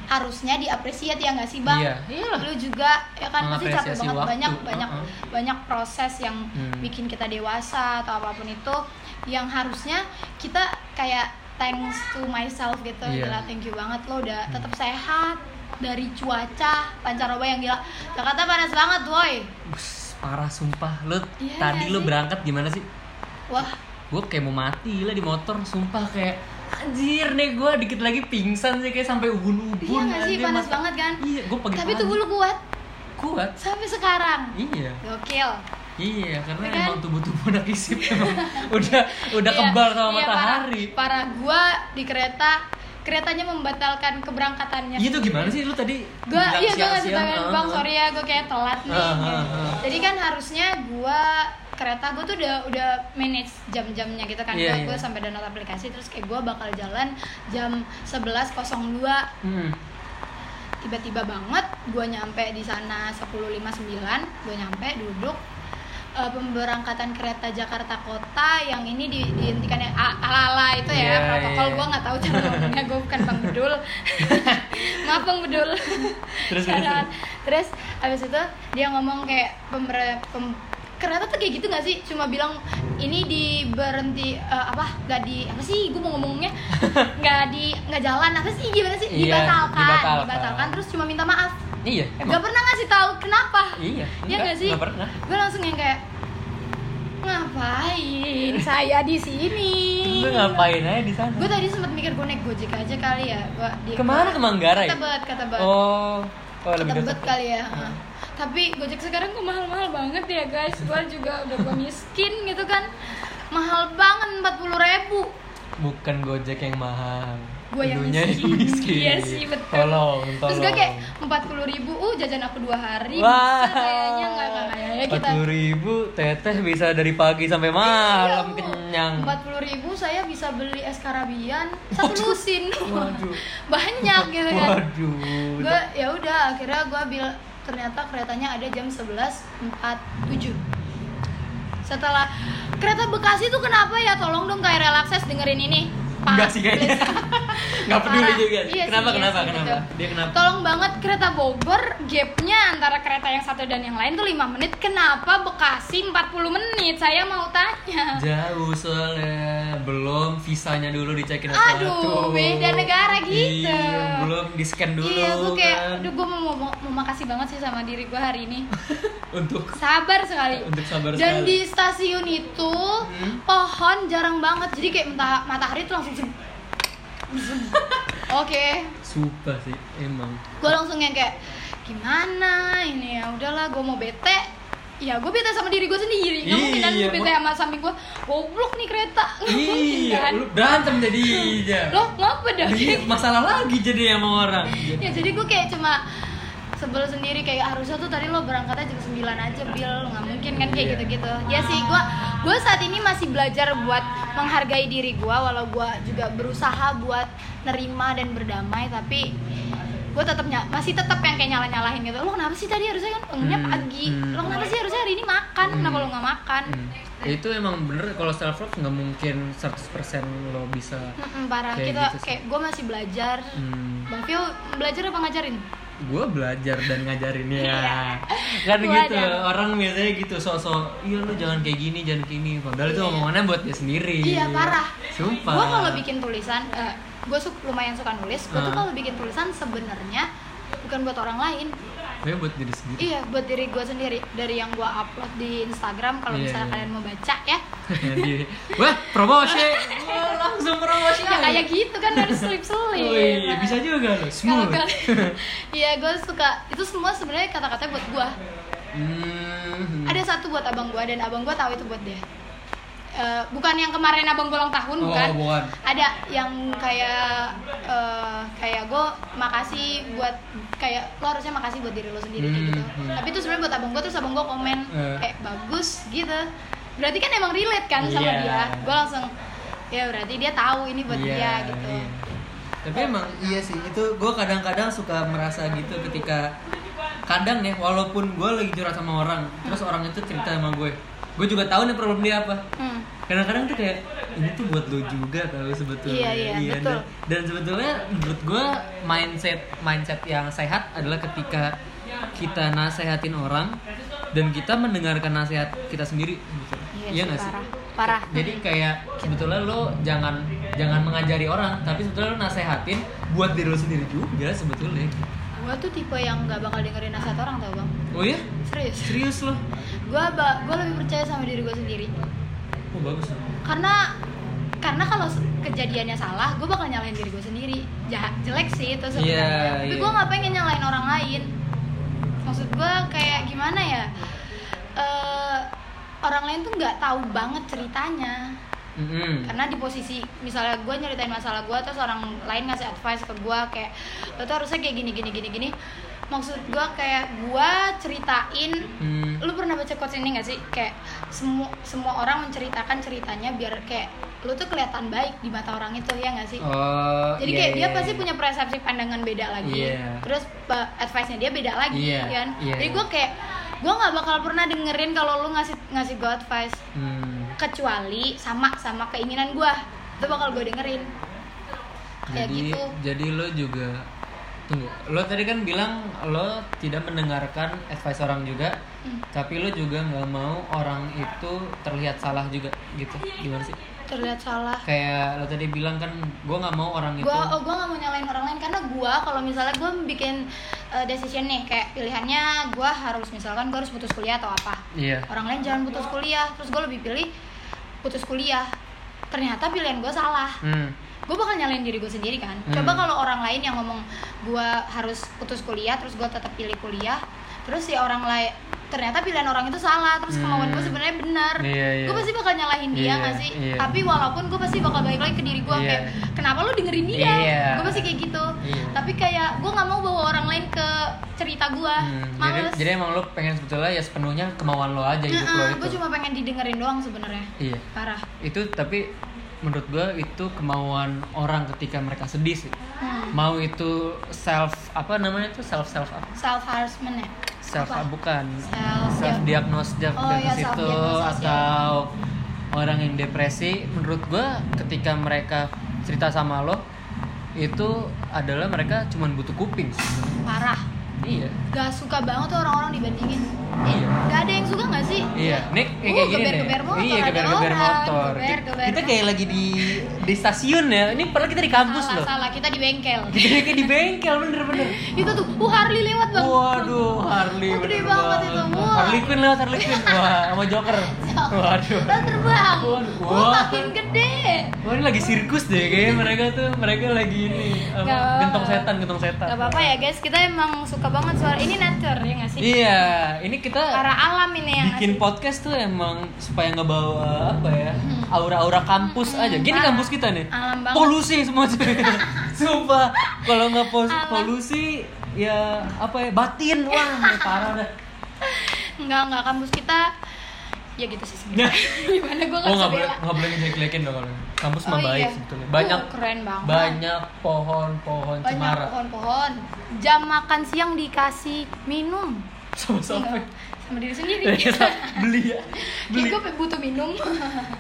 S2: harusnya diapresiasi ya nggak sih bang?
S1: Iya, iyalah.
S2: Lu juga ya kan pasti capek
S1: Mengapresiasi
S2: banget
S1: waktu,
S2: banyak banyak
S1: uh-uh.
S2: banyak proses yang
S1: Hmm.
S2: bikin kita dewasa atau apapun itu yang harusnya kita kayak thanks to myself gitu
S1: Iya. Hmm.
S2: Gila, thank you banget lo udah tetap sehat dari cuaca pancaroba yang gila Jakarta panas banget woi
S1: Bus, parah sumpah. Lu
S2: Iya,
S1: tadi
S2: nggak
S1: lu
S2: sih?
S1: berangkat gimana sih?
S2: wah
S1: Gue kayak mau mati lah di motor, sumpah kayak anjir nih gue dikit lagi pingsan sih kayak sampai ubun-ubun.
S2: iya nggak sih
S1: anjir,
S2: panas
S1: masa-
S2: banget kan
S1: Iya, gue pagi
S2: tapi tubuh lu kuat
S1: kuat.
S2: sampai sekarang
S1: Iya.
S2: gokil
S1: Iya, karena
S2: Kan?
S1: emang tubuh-tubuh udah kisip emang. udah udah
S2: Iya,
S1: kebal sama
S2: iya,
S1: matahari.
S2: parah, parah gua di kereta keretanya membatalkan keberangkatannya
S1: Iya tuh gimana sih lu tadi?
S2: Gua
S1: bilang
S2: iya gua ngasih
S1: siang-siang, oh,
S2: tahu kan,
S1: heeh.
S2: bang sorry ya gua kayak telat nih.
S1: Ah, ah, ah.
S2: Jadi kan harusnya gua kereta gua tuh udah udah manage jam-jamnya gitu kan.
S1: Iya,
S2: Gua- gua
S1: iya.
S2: sampai download aplikasi terus kayak gua bakal jalan jam 11.02
S1: Hmm.
S2: tiba-tiba banget gue nyampe di sana 10.59 gue nyampe duduk Eh, pemberangkatan kereta Jakarta Kota yang ini di, dihentikan yang a- ala-ala itu ya
S1: Iya,
S2: protokol
S1: iya.
S2: gue nggak tahu cara ngomongnya gue bukan Bang Bedul maaf Bang Bedul
S1: Terus, terus,
S2: Shout out. terus abis itu dia ngomong kayak pember- pem- kereta tuh kayak gitu gak sih cuma bilang ini di berhenti eh, apa gak di apa sih gue mau ngomongnya nggak di nggak jalan apa sih gimana sih
S1: Iya,
S2: dibatalkan,
S1: dibatalkan.
S2: dibatalkan terus cuma minta maaf
S1: Iya, emang.
S2: nggak pernah ngasih tahu kenapa
S1: Iya,
S2: Iya nggak sih
S1: Gak pernah.
S2: gue langsung yang kayak ngapain saya di sini
S1: Lu ngapain aja di sana?
S2: gue tadi sempat mikir gue naik gojek aja kali ya gua di
S1: Kemana ke Manggarai?
S2: Ketebet, ketebet.
S1: Oh, oh lebih
S2: Ketebet
S1: dekat.
S2: kali ya heeh. tapi gojek sekarang kok mahal-mahal banget ya guys gue juga udah gue miskin gitu kan mahal banget 40.000 ribu
S1: Bukan Gojek yang mahal.
S2: Gua yang
S1: Lunya
S2: miskin. Iya sih, betul.
S1: Tolong, tolong.
S2: Terus gue kayak empat puluh ribu, uh jajan aku dua hari,
S1: Wah.
S2: bisa kayaknya nggak nggak kayaknya kita. Iya,
S1: Empat ribu teteh bisa dari pagi sampai malam kenyang.
S2: Empat puluh ribu saya bisa beli es karabian satu lusin,
S1: Waduh.
S2: banyak gitu kan.
S1: Waduh.
S2: Gue ya udah akhirnya gue bil ternyata keretanya ada jam sebelas empat tujuh. Setelah kereta Bekasi tuh kenapa ya? Tolong dong KRL Akses dengerin ini. Pak.
S1: Enggak sih kayaknya. Enggak peduli
S2: Parah.
S1: juga.
S2: Iya sih,
S1: kenapa
S2: iya
S1: kenapa
S2: sih,
S1: kenapa?
S2: betul.
S1: Dia kenapa?
S2: Tolong banget kereta Bogor gapnya antara kereta yang satu dan yang lain tuh 5 menit. Kenapa Bekasi 40 menit? Saya mau tanya.
S1: Jauh soalnya belum visanya dulu dicekin
S2: Aduh, beda negara gitu.
S1: Iya, belum di scan dulu.
S2: iya, gue kayak,
S1: kan.
S2: aduh gue mau, mau, mau makasih banget sih sama diri gue hari ini.
S1: Untuk
S2: Sabar sekali.
S1: Untuk sabar
S2: dan
S1: sekali. Hmm?
S2: di stasiun itu pohon jarang banget. Jadi kayak menta- matahari tuh langsung zoom. Zoom. Oke.
S1: Sumpah sih, emang
S2: gue langsung yang kayak gimana ini ya udahlah gue mau bete ya gue bete sama diri gue sendiri nggak mungkin kan
S1: Iya,
S2: gue bete
S1: mak-
S2: sama samping gue goblok nih kereta Nggak mungkin
S1: Iya,
S2: kan.
S1: lu berantem jadi ya.
S2: lo ngapa dah
S1: Iya, masalah lagi jadi sama orang
S2: ya jadi gue kayak cuma sebel sendiri kayak harusnya tuh tadi lo berangkatnya jam 9 aja Bill nggak mungkin kan kayak
S1: Iya.
S2: gitu-gitu ya sih gue gue saat ini masih belajar buat menghargai diri gue walau gue juga berusaha buat nerima dan berdamai tapi gue tetap ny- masih tetap yang kayak nyalah nyalahin gitu lo kenapa sih tadi harusnya kan bangunnya
S1: Hmm,
S2: pagi
S1: hmm.
S2: lo kenapa sih harusnya hari ini makan
S1: Hmm.
S2: kenapa lo nggak makan
S1: Hmm. Itu emang bener kalau self love nggak mungkin 100% lo bisa
S2: Mm-mm, parah
S1: Kayak
S2: kita
S1: gitu sih.
S2: kayak gue masih belajar
S1: hmm,
S2: bang Vio belajar apa ngajarin
S1: gue belajar dan ngajarinnya
S2: Iya.
S1: kan
S2: Gua
S1: gitu
S2: ada.
S1: orang biasanya gitu sosok iya lu jangan kayak gini jangan kayak gini padahal itu
S2: Iya.
S1: omongannya buat dia sendiri
S2: Iya parah.
S1: sumpah
S2: Gue kalau bikin tulisan, gue lumayan suka nulis. Gue
S1: Ah.
S2: tuh kalau bikin tulisan sebenarnya bukan buat orang lain.
S1: Tapi buat diri sendiri
S2: Iya, buat diri gue sendiri. Dari yang gue upload di Instagram, kalau
S1: Iya,
S2: misalnya
S1: iya.
S2: kalian mau baca ya,
S1: Jadi, wah promosi Wah, langsung promosi
S2: ya kayak gitu kan harus selip selip.
S1: Wih, bisa juga loh,
S2: Kalau
S1: smooth.
S2: kalian, iya gue suka. Itu semua sebenarnya kata-katanya buat gue.
S1: Hmm.
S2: Ada satu buat abang gue dan abang gue tahu itu buat dia. Eh, bukan yang kemarin abang gue ulang tahun,
S1: Oh,
S2: bukan?
S1: bukan.
S2: ada yang kayak eh, kayak gue makasih buat kayak lo harusnya makasih buat diri lo sendiri kayak gitu
S1: Hmm, hmm.
S2: tapi itu sebenarnya buat abang gue terus abang gue komen
S1: Eh.
S2: kayak bagus gitu berarti kan emang relate kan sama
S1: Iya.
S2: dia gue langsung ya berarti dia tahu ini buat
S1: Iya,
S2: dia gitu
S1: iya. Tapi emang iya sih, itu gue kadang-kadang suka merasa gitu ketika kadang ya, walaupun gue lagi curhat sama orang, terus orang itu cerita sama gue, gue juga tahu nih problem dia apa.
S2: Hmm.
S1: Kadang-kadang tuh kayak ini tuh buat lo juga tahu sebetulnya.
S2: Iya, iya, betul.
S1: Dan, dan sebetulnya menurut gue mindset mindset yang sehat adalah ketika kita nasehatin orang dan kita mendengarkan nasihat kita sendiri. Gitu.
S2: Iya,
S1: nggak
S2: sih, parah. Parah.
S1: jadi kayak sebetulnya lo jangan jangan mengajari orang tapi sebetulnya lo nasehatin buat diri lo sendiri juga sebetulnya
S2: gue tuh tipe yang nggak bakal dengerin nasihat orang tau bang
S1: Oh iya?
S2: serius
S1: Serius loh?
S2: gue ba gue lebih percaya sama diri gue sendiri
S1: Oh bagus loh.
S2: karena karena kalau se- kejadiannya salah gue bakal nyalahin diri gue sendiri jahat jelek sih itu
S1: Iya,
S2: sebenarnya tapi
S1: iya.
S2: gue nggak pengen nyalahin orang lain maksud gue kayak gimana ya Eh, orang lain tuh nggak tahu banget ceritanya
S1: Mm-mm.
S2: karena di posisi misalnya gue nyeritain masalah gue terus orang lain ngasih advice ke gue kayak lo tuh harusnya kayak gini gini gini gini maksud gue kayak gue ceritain
S1: Hmm.
S2: lu pernah baca quotes ini gak sih kayak semua semua orang menceritakan ceritanya biar kayak lu tuh kelihatan baik di mata orang itu ya gak sih
S1: Oh,
S2: jadi
S1: iya,
S2: kayak dia
S1: iya,
S2: pasti
S1: iya.
S2: punya persepsi pandangan beda lagi
S1: Iya.
S2: terus pe- advice-nya dia beda lagi
S1: Iya,
S2: kan
S1: iya.
S2: jadi gue kayak gue nggak bakal pernah dengerin kalau lu ngasih ngasih gue advice
S1: Hmm.
S2: kecuali sama sama keinginan gue itu bakal gue dengerin kayak
S1: Jadi
S2: gitu
S1: jadi lo juga tunggu. Lo tadi kan bilang lo tidak mendengarkan advice orang juga,
S2: Hmm.
S1: tapi lo juga nggak mau orang itu terlihat salah juga gitu. Gimana sih?
S2: terlihat salah
S1: Kayak lo tadi bilang kan gue nggak mau orang itu.
S2: gua oh, gua nggak mau nyalain orang lain karena gua kalau misalnya gua bikin uh, decision nih kayak pilihannya gua harus misalkan gua harus putus kuliah atau apa
S1: Iya.
S2: orang lain jangan putus kuliah terus gua lebih pilih putus kuliah ternyata pilihan gua salah
S1: Hmm.
S2: gue bakal nyalain diri gue sendiri kan
S1: Hmm.
S2: coba kalau orang lain yang ngomong gue harus putus kuliah terus gue tetap pilih kuliah terus si orang lain ternyata pilihan orang itu salah terus kemauan
S1: Hmm.
S2: gue sebenarnya benar
S1: Iya, iya.
S2: gue pasti bakal nyalahin dia
S1: Iya,
S2: nggak sih
S1: iya.
S2: tapi walaupun gue pasti bakal balik lagi ke diri gue
S1: Iya.
S2: kayak kenapa lu dengerin dia
S1: Iya.
S2: gue pasti kayak gitu
S1: Iya.
S2: tapi kayak gue nggak mau bawa orang lain ke cerita gue
S1: Hmm, Jadi,
S2: Ah, males
S1: jadi emang lo pengen sebetulnya ya sepenuhnya kemauan lo aja hidup lo
S2: gue
S1: itu.
S2: cuma pengen didengerin doang sebenarnya
S1: Iya.
S2: parah
S1: Itu tapi menurut gue itu kemauan orang ketika mereka sedih sih.
S2: hmm.
S1: Mau itu self apa namanya itu self self apa?
S2: self harassment ya
S1: self
S2: Apa?
S1: bukan
S2: Self-
S1: self diagnosis
S2: Oh, iya,
S1: itu
S2: self-diagnosis, ya.
S1: atau orang yang depresi menurut gua ketika mereka cerita sama lo itu adalah mereka cuman butuh kuping
S2: parah
S1: iya
S2: gak suka banget tuh orang-orang dibandingin eh,
S1: Iya.
S2: gak ada yang suka gak sih?
S1: Iya, Nick kayak,
S2: Uh,
S1: kayak gini
S2: geber-geber
S1: deh.
S2: motor
S1: iya,
S2: ada
S1: geber-geber
S2: orang,
S1: motor.
S2: geber-geber
S1: kita kayak lagi di di stasiun ya. Ini padahal kita di kampus
S2: salah,
S1: loh.
S2: salah, kita di bengkel
S1: Kita kayak di bengkel bener-bener.
S2: itu tuh, uh Harley lewat bang
S1: Waduh, Harley.
S2: Oh, gede
S1: bener
S2: banget itu. Wah.
S1: Harley Quinn lewat Harley Quinn. Wah, sama Joker. Waduh.
S2: Udah terbang
S1: Waduh.
S2: Wah, makin gede
S1: Wah ini lagi sirkus deh kayaknya mereka tuh mereka lagi ini apa,
S2: Nggak apa-apa.
S1: gentong setan gentong setan.
S2: Gak apa-apa ya guys, kita emang suka banget suara ini nature ya gak sih?
S1: Iya ini kita
S2: Para alam ini ya yang
S1: bikin
S2: ngasih.
S1: podcast tuh emang supaya ngebawa apa ya aura-aura kampus aja. Gini
S2: parah.
S1: kampus kita nih
S2: Hmm. Alam banget.
S1: polusi semua cuy. Sumpah kalau nggak pos-
S2: Alam.
S1: polusi ya apa ya batin wah parah dah.
S2: Enggak, enggak, kampus kita Ya gitu sih
S1: Ya.
S2: sebenernya Gimana gue
S1: Oh
S2: gak bisa
S1: nggak boleh
S2: bela
S1: nggak boleh ngejelek-jelekin dong kalau kampus mah
S2: Oh,
S1: baik
S2: iya.
S1: sebetulnya banyak
S2: Uh, keren banget.
S1: banyak pohon-pohon
S2: banyak
S1: cemara
S2: pohon-pohon jam makan siang dikasih minum
S1: sama-sama Iya,
S2: Enggak, sama diri sendiri
S1: beli ya
S2: Kayak
S1: beli
S2: gue butuh minum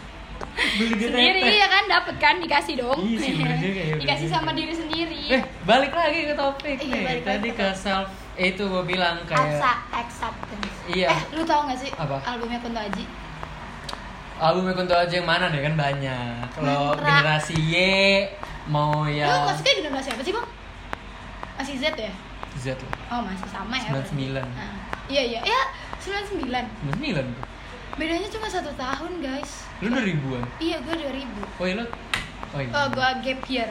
S1: beli di
S2: Iya, sendiri
S1: teteh.
S2: ya kan dapat kan dikasih dong
S1: Iya sih, bener juga ya, bener
S2: dikasih
S1: juga.
S2: sama diri sendiri
S1: eh balik lagi ke topik
S2: Iya,
S1: nih
S2: balik
S1: tadi
S2: lagi
S1: ke self eh, itu gue bilang
S2: Aksa,
S1: kayak
S2: acceptance
S1: Iya.
S2: eh lu tau gak sih
S1: Apa?
S2: albumnya Kunto Aji
S1: album Kunto aja yang mana deh kan banyak kalau
S2: Mantra.
S1: generasi Y mau
S2: lu
S1: yang
S2: maksudnya dengan bahasa apa sih bang masih Z ya
S1: Z lah
S2: oh masih sama ya
S1: 99
S2: berarti. Nah, iya iya ya 99
S1: 99 tuh.
S2: bedanya cuma satu tahun guys
S1: lu 2000-an
S2: iya gue 2000
S1: oh iya lu oh iya
S2: Oh, gua gap year.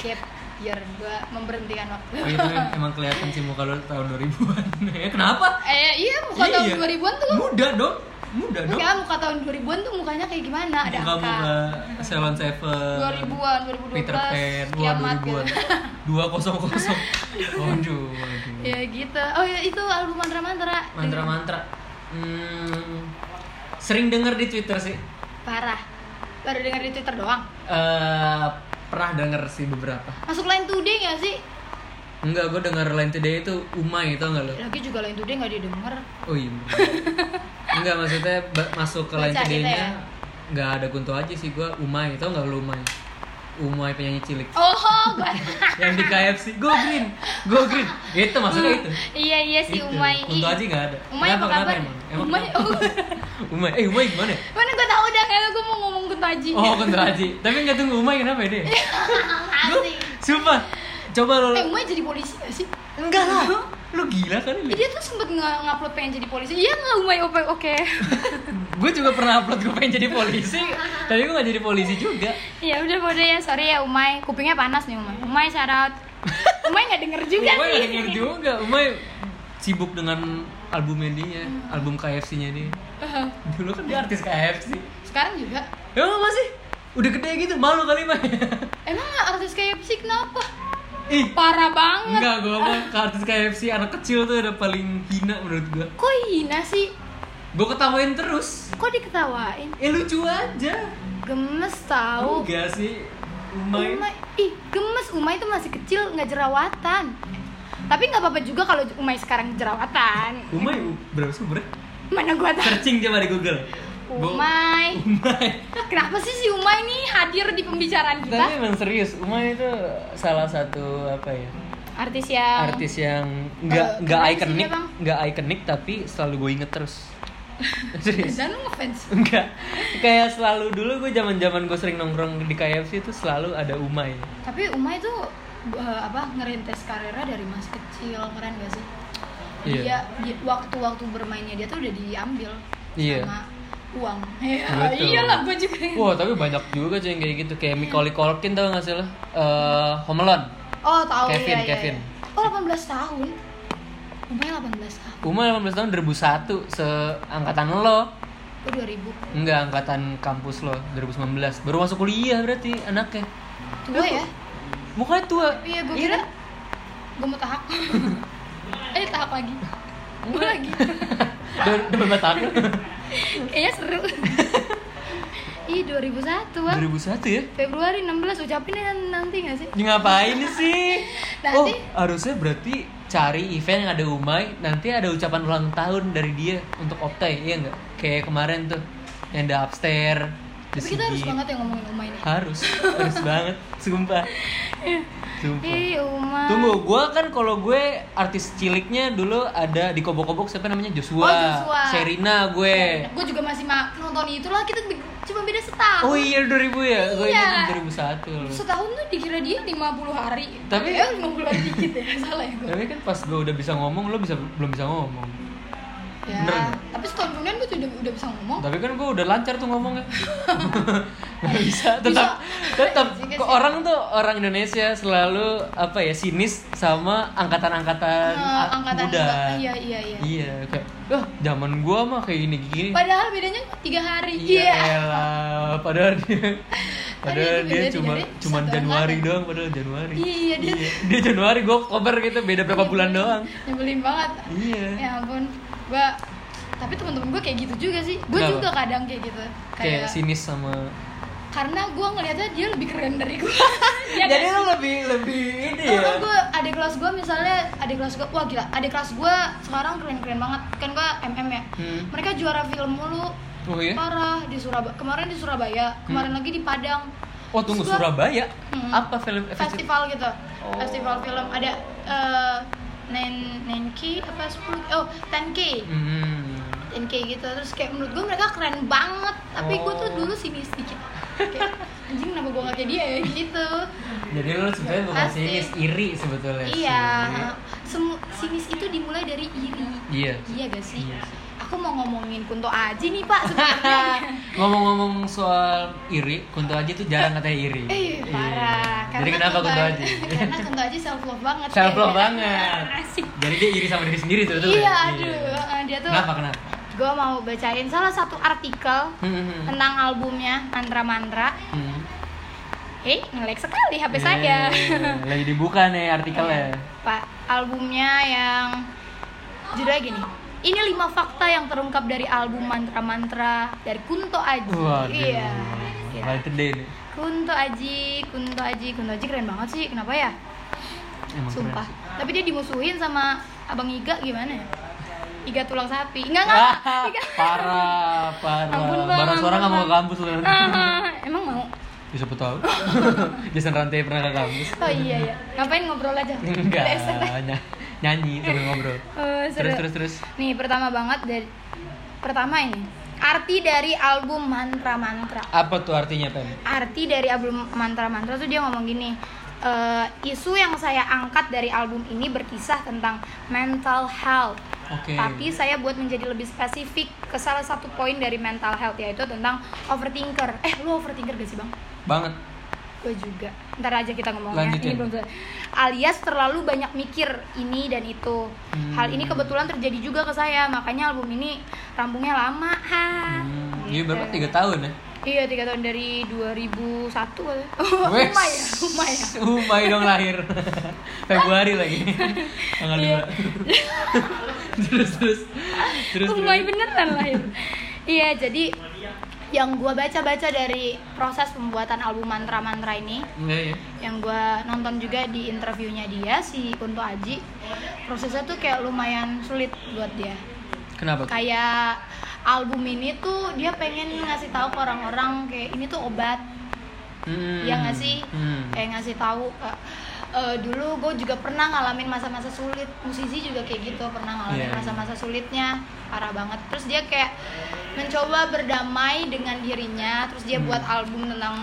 S2: Gap year. Gua memberhentikan waktu.
S1: Oh, itu emang kelihatan sih muka lu tahun 2000-an. Ya, kenapa?
S2: eh, iya, muka tahun
S1: Iya.
S2: 2000-an tuh.
S1: Muda dong. Muda dong.
S2: Enggak, muka tahun 2000-an tuh mukanya kayak gimana? Ada angka.
S1: muka Salon Seven.
S2: 2000-an, 2012.
S1: Peter Pan, wah
S2: kiamat
S1: 2000-an.
S2: gitu.
S1: 200. Waduh, waduh.
S2: ya gitu. Oh, ya itu album Mantra Mantra.
S1: Mantra-mantra. Hmm, sering denger di Twitter sih.
S2: Parah. Baru denger di Twitter doang.
S1: Eh, pernah denger sih beberapa.
S2: Masuk Line Today gak sih?
S1: Enggak, gue denger Line Today itu umai tau gak lo?
S2: Lagi juga Line Today gak didengar.
S1: Oh iya. Enggak, maksudnya ba- masuk ke Line
S2: Baca gitu ya?
S1: Today-nya enggak ada Kunto aja sih gue umai tau gak lo umai? Umai penyanyi cilik.
S2: Oh, gua
S1: yang di KFC go green go green itu maksudnya itu
S2: Iya, iya sih
S1: Itu.
S2: Umay.
S1: Kunto aja nggak ada
S2: Umay apa
S1: Kenapa,
S2: kabar?
S1: kenapa emang emang
S2: Umay, oh.
S1: umay eh umay gimana ya?
S2: Mana gua tau udah kayak gua mau ngomong Kunto Aji.
S1: oh Kunto Aji tapi nggak tunggu umay kenapa ya dia
S2: Asik.
S1: sumpah coba lo
S2: Eh, Umay jadi polisi gak sih?
S1: Enggak lah. Lu gila kali lu.
S2: Eh, dia tuh sempet nge- ngupload pengen jadi polisi iya nggak umay oke oke
S1: gue juga pernah upload gue pengen jadi polisi. Tapi gue gak jadi polisi juga.
S2: ya udah udah ya sorry ya umay kupingnya panas nih umay umay shout out umay nggak denger juga
S1: Umay gak
S2: sih
S1: denger juga. Umay sibuk dengan albumnya dia, album KFC-nya dia. Dulu kan dia artis KFC.
S2: sekarang juga
S1: Ya lu masih udah gede gitu malu kali Mai.
S2: emang nggak artis kayak psi kenapa
S1: Ih,
S2: parah banget
S1: enggak gue mau ke artis KFC anak kecil tuh udah paling hina menurut gue.
S2: kok hina sih
S1: Gue ketawain terus.
S2: kok diketawain
S1: Eh lucu aja.
S2: gemes tahu
S1: Enggak sih. Umay.
S2: umay ih gemes umay itu masih kecil nggak jerawatan tapi nggak apa-apa juga kalau umay sekarang jerawatan
S1: Umay berapa sih umurnya?
S2: mana gua tahu
S1: Searching coba di Google. Bo-
S2: umay
S1: Umay.
S2: Kenapa sih si Umay ini hadir di pembicaraan
S1: Tapi
S2: kita?
S1: emang serius, Umay itu salah satu apa ya?
S2: Artis yang
S1: artis yang nggak
S2: Eh,
S1: nggak
S2: keren sih
S1: ikonik
S2: dia, Bang.
S1: nggak ikonik tapi selalu gue inget terus serius
S2: Dan lu ngefans.
S1: enggak kayak selalu dulu gue zaman zaman gue sering nongkrong di KFC itu selalu ada ya. Umay
S2: Tapi Umay itu eh, apa ngerintis karirnya dari masih kecil, keren gak sih?
S1: Iya.
S2: Dia di- waktu-waktu bermainnya dia tuh udah diambil
S1: Iya.
S2: sama uang. Iya,
S1: Betul.
S2: iyalah gua juga.
S1: wah tapi banyak juga cuy yang kayak gitu kayak
S2: Iya.
S1: Mikoli Kolkin tau gak sih lo Eh, Home Alone
S2: Oh, tahu
S1: Kevin,
S2: iya, iya,
S1: Kevin.
S2: iya. Oh, 18 tahun. Umay 18 tahun.
S1: Umay 18 tahun 2001 seangkatan lo
S2: Oh, 2000.
S1: enggak angkatan kampus lo 2019 baru masuk kuliah berarti anaknya
S2: Tua ya?
S1: mukanya tua
S2: Iya, gua kira
S1: kan?
S2: gua mau tahap. eh, tahap lagi. Gua lagi.
S1: udah udah berapa tahun
S2: Kayaknya seru. Ih 2001 Bang.
S1: 2001 ya
S2: Februari 16 ucapin aja nanti gak sih?
S1: Ya, ngapain sih?
S2: Nanti-
S1: Oh, harusnya berarti cari event yang ada Umay, nanti ada ucapan ulang tahun dari dia untuk Optai, iya nggak? Kayak kemarin tuh, yang ada upstairs, di
S2: Tapi kita harus banget ya ngomongin Uma ini.
S1: Harus, harus banget, sumpah.
S2: Iya.
S1: Sumpah.
S2: Ih Uma.
S1: Tunggu, gue kan kalau gue artis ciliknya dulu ada di kobok-kobok siapa namanya Joshua,
S2: Oh, Joshua.
S1: Serina gue.
S2: Gue juga masih ma- nonton itu lah kita be- cuma beda setahun.
S1: Oh iya 2000 ya, gue
S2: Iya.
S1: ingat 2001 loh.
S2: Setahun tuh dikira dia 50 hari.
S1: Tapi-
S2: eh 50 hari dikit ya, salah ya gue.
S1: Tapi kan pas gue udah bisa ngomong, lo bisa belum bisa ngomong.
S2: Ya,
S1: Bener nggak?
S2: tapi setahun kemudian gue tuh udah, udah bisa ngomong.
S1: Tapi kan gue udah lancar tuh ngomongnya. Gak bisa. Tetap tetap
S2: Iya juga
S1: kok
S2: sih.
S1: orang tuh orang Indonesia selalu apa ya sinis sama angkatan-angkatan
S2: Eh,
S1: a-
S2: angkatan
S1: muda.
S2: juga. Iya, iya, iya.
S1: Iya, kayak wah zaman gua mah kayak gini gini.
S2: Padahal bedanya 3 hari.
S1: Iya elah, padahal dia padahal
S2: Tapi itu
S1: dia
S2: beda
S1: cuma
S2: dari
S1: cuma
S2: satu
S1: Januari
S2: angkatan.
S1: doang padahal Januari.
S2: Iya, dia- Iya,
S1: Dia Januari gua Oktober gitu beda berapa bulan doang.
S2: Nyebelin banget.
S1: Iya.
S2: ya ampun gue tapi temen-temen gue kayak gitu juga sih gue
S1: Kenapa?
S2: juga kadang kayak gitu kayak,
S1: Kayak sinis sama
S2: karena gue ngelihatnya dia lebih keren dari Ya gue Iya
S1: Jadi lu lebih lebih ini ya.
S2: Kalau gue kan adik kelas gue misalnya adik kelas gue wah gila adik kelas gue sekarang keren-keren banget kan gue MM ya
S1: Hmm.
S2: mereka juara film mulu
S1: Oh iya.
S2: parah di Surabaya kemarin di Surabaya
S1: Hmm.
S2: kemarin lagi di Padang
S1: Oh tunggu
S2: Terus gua-
S1: Surabaya?
S2: Mm-mm.
S1: Apa film festival?
S2: festival gitu
S1: Eh, Oh.
S2: festival film ada eh, Nen Nenki apa 10 oh 10K
S1: Hmm.
S2: dan kayak gitu terus kayak menurut gue mereka keren banget tapi gue tuh
S1: Oh.
S2: dulu sinis dikit kayak anjing kenapa gue gak kayak dia ya gitu
S1: Jadi lo sebenarnya bukan
S2: Pasti.
S1: sinis, iri sebetulnya.
S2: iya
S1: Iri.
S2: semu sinis itu dimulai dari iri
S1: Iya.
S2: iya gak sih
S1: Iya sih.
S2: aku mau ngomongin kunto aji nih pak sebenarnya
S1: Ngomong-ngomong soal iri, Kunto Aji tuh jarang katanya iri. Iya.
S2: eh parah
S1: Jadi kenapa Kunto Aji?
S2: karena kunto aji self love banget
S1: Self love
S2: Kayak,
S1: banget.
S2: "Ah, asik
S1: Jadi dia iri sama diri sendiri sebetulnya.
S2: iya aduh eh, dia tuh
S1: Kenapa kenapa?
S2: gue mau bacain salah satu artikel
S1: Hmm, hmm, hmm.
S2: tentang albumnya Mantra Mantra
S1: Hmm.
S2: Eh, ngelek sekali
S1: Iya,
S2: HP saya.
S1: Eh, Lagi dibuka nih artikelnya.
S2: Pak, albumnya yang judulnya gini. Ini lima fakta yang terungkap dari album Mantra Mantra dari Kunto Aji.
S1: Waduh.
S2: Iya. iya.
S1: Valentine Day nih.
S2: Kunto Aji, Kunto Aji, Kunto Aji keren banget sih. Kenapa ya?
S1: Emang keren
S2: Sumpah.
S1: sih.
S2: Tapi dia dimusuhin sama Abang Iga gimana ya? Iga tulang sapi. Enggak enggak.
S1: Ah,
S2: Iga.
S1: parah, parah.
S2: Ampun, Bang,
S1: Barang suara
S2: ampun,
S1: nggak mau ke
S2: Bang.
S1: kampus lu nanti.
S2: Ah, emang mau?
S1: Ya siapa tahu. Jason Rantai pernah ke kampus.
S2: Oh iya ya. Ngapain ngobrol aja?
S1: Enggak,
S2: Dasar.
S1: ny- nyanyi sambil ngobrol.
S2: Oh, seru.
S1: Terus terus terus.
S2: Nih pertama banget dari pertama ini arti dari album mantra mantra.
S1: Apa tuh artinya, Pen?
S2: Arti dari album mantra mantra tuh dia ngomong gini eh, isu yang saya angkat dari album ini berkisah tentang mental health.
S1: Oke.
S2: Tapi saya buat menjadi lebih spesifik ke salah satu poin dari mental health yaitu tentang overthinker. Eh, lu overthinker gak sih, Bang?
S1: banget
S2: Gue juga. Ntar aja kita ngomongnya.
S1: Lanjutin.
S2: Ini belum selesai. Alias terlalu banyak mikir ini dan itu.
S1: Hmm.
S2: Hal ini kebetulan terjadi juga ke saya, makanya album ini rampungnya lama. Ha.
S1: hmm.
S2: Gitu.
S1: jadi berapa tiga tahun ya
S2: Iya, tiga tahun dari 2001 kali.
S1: Wes.
S2: Umay ya, umay ya.
S1: Umay dong lahir Februari lagi tanggal
S2: Iya.
S1: dua terus terus terus
S2: Umay beneran lahir. iya, jadi yang gua baca-baca dari proses pembuatan album Mantra Mantra ini
S1: Iya, iya.
S2: yang gua nonton juga di interviewnya dia si Kunto Aji prosesnya tuh kayak lumayan sulit buat dia
S1: kenapa tuh?
S2: kayak album ini tuh dia pengen ngasih tahu ke orang-orang kayak ini tuh obat
S1: Hmm.
S2: Iya nggak sih?
S1: Hmm.
S2: Kayak ngasih tahu Kak, "Eh, dulu gue juga pernah ngalamin masa-masa sulit musisi juga kayak gitu pernah ngalamin
S1: Iya.
S2: masa-masa sulitnya parah banget terus dia kayak mencoba berdamai dengan dirinya terus dia
S1: Hmm.
S2: buat album tentang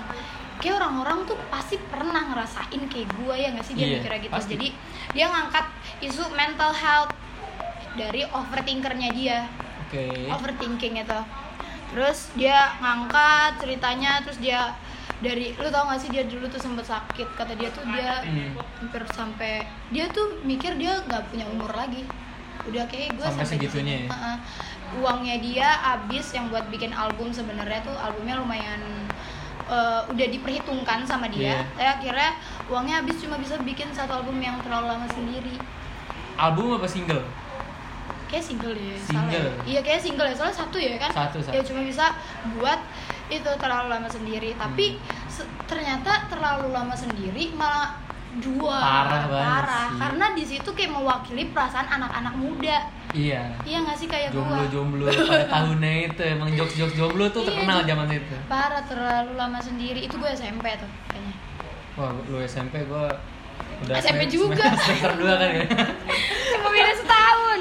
S2: kayak orang-orang tuh pasti pernah ngerasain kayak gue ya nggak sih dia
S1: Iya,
S2: mikirnya gitu
S1: pasti.
S2: jadi dia ngangkat isu mental health dari overthinkernya dia
S1: oke
S2: overthinking itu terus dia ngangkat ceritanya terus dia dari lu tau gak sih dia dulu tuh sempet sakit kata dia tuh dia
S1: Hmm.
S2: hampir sampai dia tuh mikir dia nggak punya umur lagi udah kayak gue
S1: Sampai segitunya ya?
S2: Heeh. uangnya dia habis yang buat bikin album sebenarnya tuh albumnya lumayan eh, udah diperhitungkan sama dia
S1: Iya.
S2: saya akhirnya uangnya habis cuma bisa bikin satu album yang terlalu lama sendiri
S1: album apa single
S2: kayak single deh
S1: Single.
S2: salah ya. iya kayak single ya soalnya satu ya kan
S1: Satu, satu.
S2: ya cuma bisa buat itu terlalu lama sendiri tapi
S1: Hmm.
S2: se- ternyata terlalu lama sendiri malah dua
S1: Parah banget
S2: Parah.
S1: sih.
S2: karena di situ kayak mewakili perasaan anak-anak muda
S1: iya
S2: iya nggak sih kayak
S1: jomblo
S2: gua
S1: jomblo pada tahunnya itu emang jokes jokes jomblo tuh
S2: Iya,
S1: terkenal
S2: jok-
S1: zaman itu
S2: parah terlalu lama sendiri itu gue SMP tuh kayaknya
S1: wah lu SMP gua udah
S2: SMP
S1: sem-
S2: juga.
S1: semester dua kan ya
S2: cuma beda setahun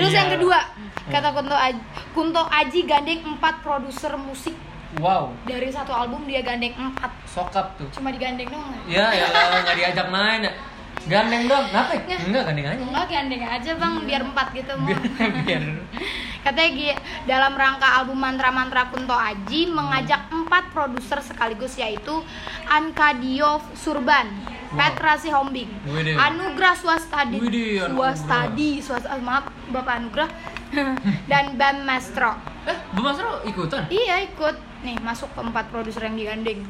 S2: terus
S1: Iya.
S2: yang kedua kata Kunto Aji, Kunto Aji gandeng empat produser musik
S1: wow
S2: dari satu album dia gandeng empat
S1: sokap tuh
S2: cuma digandeng doang ya?
S1: ya ya Allah, nggak diajak main ya. gandeng dong kenapa ya?
S2: Nggak.
S1: enggak gandeng aja
S2: Enggak gandeng aja bang, biar empat gitu mau.
S1: Iya. biar biar
S2: Katanya Gi- dalam rangka album Mantra Mantra Kunto Aji mengajak
S1: Hmm.
S2: empat produser sekaligus yaitu Anka Diof Surban, Petra Sihombing,
S1: Widih.
S2: Anugrah Swastadi,
S1: Widih, Anugrah.
S2: Swastadi, Swas- ah, maaf Bapak Anugrah, dan Bam Mastro.
S1: eh Bu Masro ikutan
S2: Iya ikut nih masuk ke empat produser yang digandeng.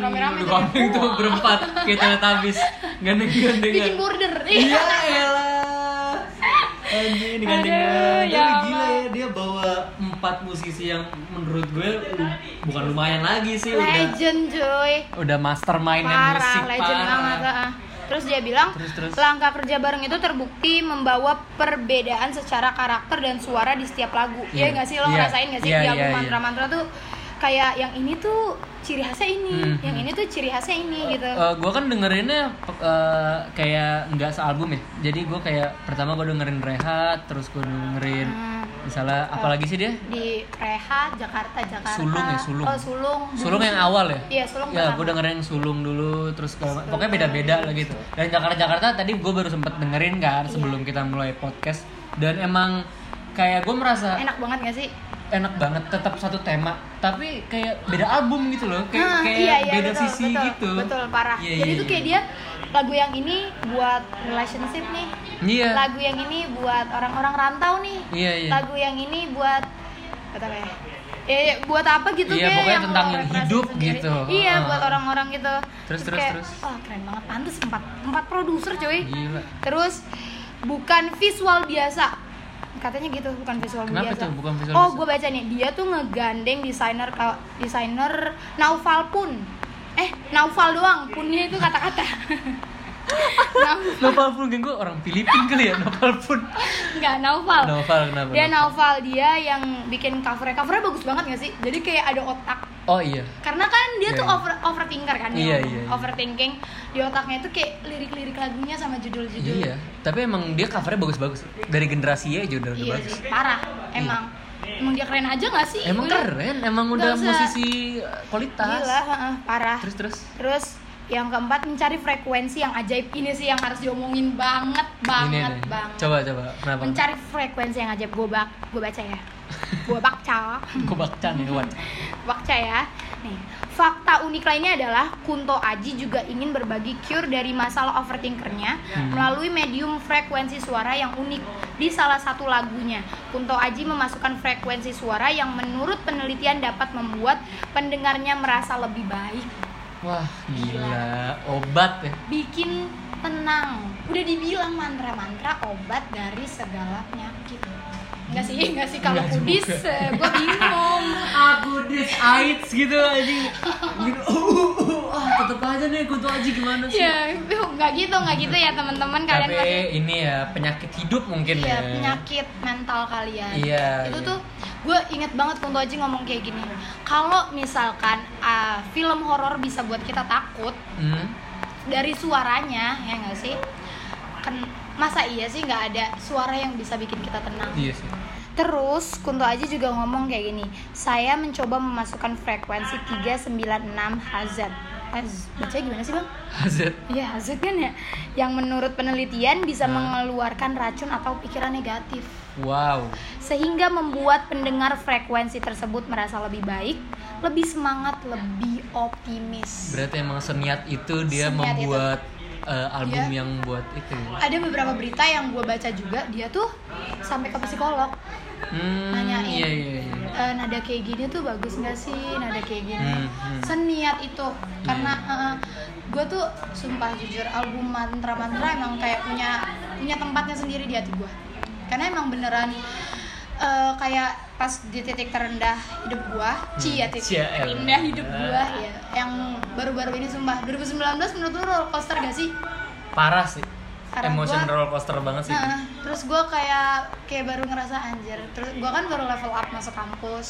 S2: Rame-rame
S1: Udah
S2: tuh.
S1: gandeng tuh berempat kayak teletabis
S2: Bikin
S1: gandeng-gandengan
S2: border.
S1: Iya elah Anjing digandeng
S2: Aduh, ya
S1: Tapi gila ya dia bawa empat musisi yang menurut gue lu- bukan lumayan lagi sih udah
S2: Legend cuy.
S1: udah mastermind
S2: parah,
S1: musik
S2: legend
S1: parah.
S2: banget ah. terus dia bilang
S1: Terus, terus.
S2: langkah kerja bareng itu terbukti membawa perbedaan secara karakter dan suara di setiap lagu Iya
S1: Iya.
S2: nggak sih lo
S1: Iya.
S2: ngerasain nggak sih
S1: Iya,
S2: di
S1: iya,
S2: album
S1: iya.
S2: mantra-mantra tuh kayak yang ini tuh ciri khasnya ini
S1: Mhm.
S2: yang ini tuh ciri khasnya ini gitu
S1: Eh, gue kan dengerinnya eh, kayak nggak sealbum ya jadi gue kayak pertama gue dengerin Rehat terus gue dengerin
S2: Hmm.
S1: misalnya apalagi sih dia
S2: di Reha Jakarta Jakarta
S1: Sulung ya, Sulung.
S2: oh Sulung
S1: Sulung yang awal ya?
S2: Iya, Sulung
S1: Ya,
S2: pertama.
S1: gue dengerin yang Sulung dulu, terus ke, pokoknya beda-beda lah gitu. Dan Jakarta-Jakarta tadi gue baru sempet dengerin
S2: Iya.
S1: kan sebelum kita mulai podcast. Dan emang kayak gue merasa
S2: Hmm, enak banget nggak sih
S1: enak banget tetap satu tema, tapi kayak beda album gitu loh, kayak,
S2: Nah,
S1: kayak beda sisi
S2: betul,
S1: gitu.
S2: betul parah
S1: Iya,
S2: jadi
S1: iya,
S2: tuh kayak
S1: iya.
S2: dia lagu yang ini buat relationship nih
S1: Iya.
S2: lagu yang ini buat orang-orang rantau nih
S1: Iya, iya.
S2: lagu yang ini buat kata apa ya Eh, buat apa gitu
S1: Iya,
S2: kayak
S1: pokoknya
S2: yang
S1: tentang
S2: lo
S1: yang
S2: referensi
S1: hidup
S2: sendiri.
S1: gitu.
S2: iya
S1: Ah.
S2: buat orang-orang gitu
S1: Terus, terus,
S2: kayak,
S1: terus. Iya.
S2: wah keren banget pantes empat empat produser cuy
S1: Gila.
S2: terus bukan visual biasa katanya gitu bukan visual
S1: Kenapa
S2: biasa
S1: tuh bukan visual
S2: oh
S1: biasa?
S2: gue baca nih dia tuh ngegandeng desainer ka- desainer Naufal pun eh Naufal doang punnya itu kata-kata Nau-
S1: Nopal pun geng gue orang Filipin kali ya, Nopal pun.
S2: nggak Naufal
S1: Nopal kenapa?
S2: dia
S1: Nopal?
S2: novel dia yang bikin covernya covernya bagus banget gak sih jadi kayak ada otak
S1: Oh iya.
S2: karena kan dia
S1: Iya,
S2: tuh
S1: iya.
S2: over overthinker kan
S1: Iya, iya,
S2: yang
S1: iya.
S2: overthinking di otaknya itu kayak lirik-lirik lagunya sama judul-judul
S1: Iya, tapi emang dia covernya bagus-bagus. Dari generasi ya aja udah, udah
S2: Iya
S1: bagus.
S2: sih parah emang emang dia keren aja gak sih
S1: Emang
S2: Udah.
S1: keren, emang
S2: Gak
S1: udah
S2: usah.
S1: musisi eh, kualitas.
S2: gila heeh, parah
S1: Terus terus.
S2: Terus yang keempat mencari frekuensi yang ajaib ini sih yang harus diomongin banget banget
S1: nih.
S2: banget
S1: Coba coba. Kenapa?
S2: mencari frekuensi yang ajaib gue bak gue baca ya gue baca
S1: Kok bakca nih, ya, Wan?
S2: Wakca ya. Nih, fakta unik lainnya adalah Kunto Aji juga ingin berbagi cure dari masalah overthinkernya
S1: Hmm.
S2: melalui medium frekuensi suara yang unik di salah satu lagunya. Kunto Aji memasukkan frekuensi suara yang menurut penelitian dapat membuat pendengarnya merasa lebih baik,
S1: Wah, gila. Obat ya.
S2: bikin tenang. Udah dibilang mantra-mantra obat dari segala penyakit. Enggak sih, enggak sih kalau
S1: Nggak
S2: kudis gue bingung.
S1: Aku dis AIDS gitu anjing. Gitu. ah, tetep aja nih Kunto Aji gimana
S2: Ya, nggak gitu, nggak gitu ya teman-teman kalian
S1: Tapi
S2: masih
S1: ini ya penyakit hidup mungkin ya.
S2: Iya, penyakit mental kalian.
S1: Iya,
S2: Itu
S1: iya.
S2: tuh gue inget banget Kunto Aji ngomong kayak gini. Kalau misalkan ah, film horor bisa buat kita takut
S1: Hmm?
S2: dari suaranya, ya nggak sih? Ken- masa iya sih nggak ada suara yang bisa bikin kita tenang?
S1: Iya sih.
S2: Terus Kunto Aji juga ngomong kayak gini. Saya mencoba memasukkan frekuensi 396 Hz. Hz. Bacanya gimana sih, Bang?
S1: Hazard.
S2: Iya, Hz kan ya. Yang menurut penelitian bisa
S1: Hmm.
S2: mengeluarkan racun atau pikiran negatif.
S1: Wow.
S2: sehingga membuat pendengar frekuensi tersebut merasa lebih baik, lebih semangat, lebih optimis.
S1: Berarti emang seniat itu dia
S2: Seniat itu.
S1: membuat eh, album
S2: Iya.
S1: yang buat itu. ya?
S2: Ada beberapa berita yang gue baca juga, dia tuh sampai ke psikolog
S1: Hmm,
S2: nanyain.
S1: iya iya iya.
S2: "E, nada kayak gini tuh bagus nggak sih? Nada kayak gini.
S1: Hmm, hmm.
S2: Seniat itu karena gue tuh sumpah jujur album mantra-mantra emang kayak punya punya tempatnya sendiri di hati gue. Karena emang beneran eh, kayak pas di titik terendah hidup gua,
S1: Hmm.
S2: cia titik
S1: cia, elah.
S2: terendah hidup
S1: Ah.
S2: gua ya. Yang baru-baru ini sumpah 2019 menurut lu roller coaster gak sih?
S1: Parah sih.
S2: Parah
S1: Emotion
S2: gua.
S1: roller coaster banget sih.
S2: Nah, terus gue kayak kayak baru ngerasa anjir. Terus gue kan baru level up masuk kampus.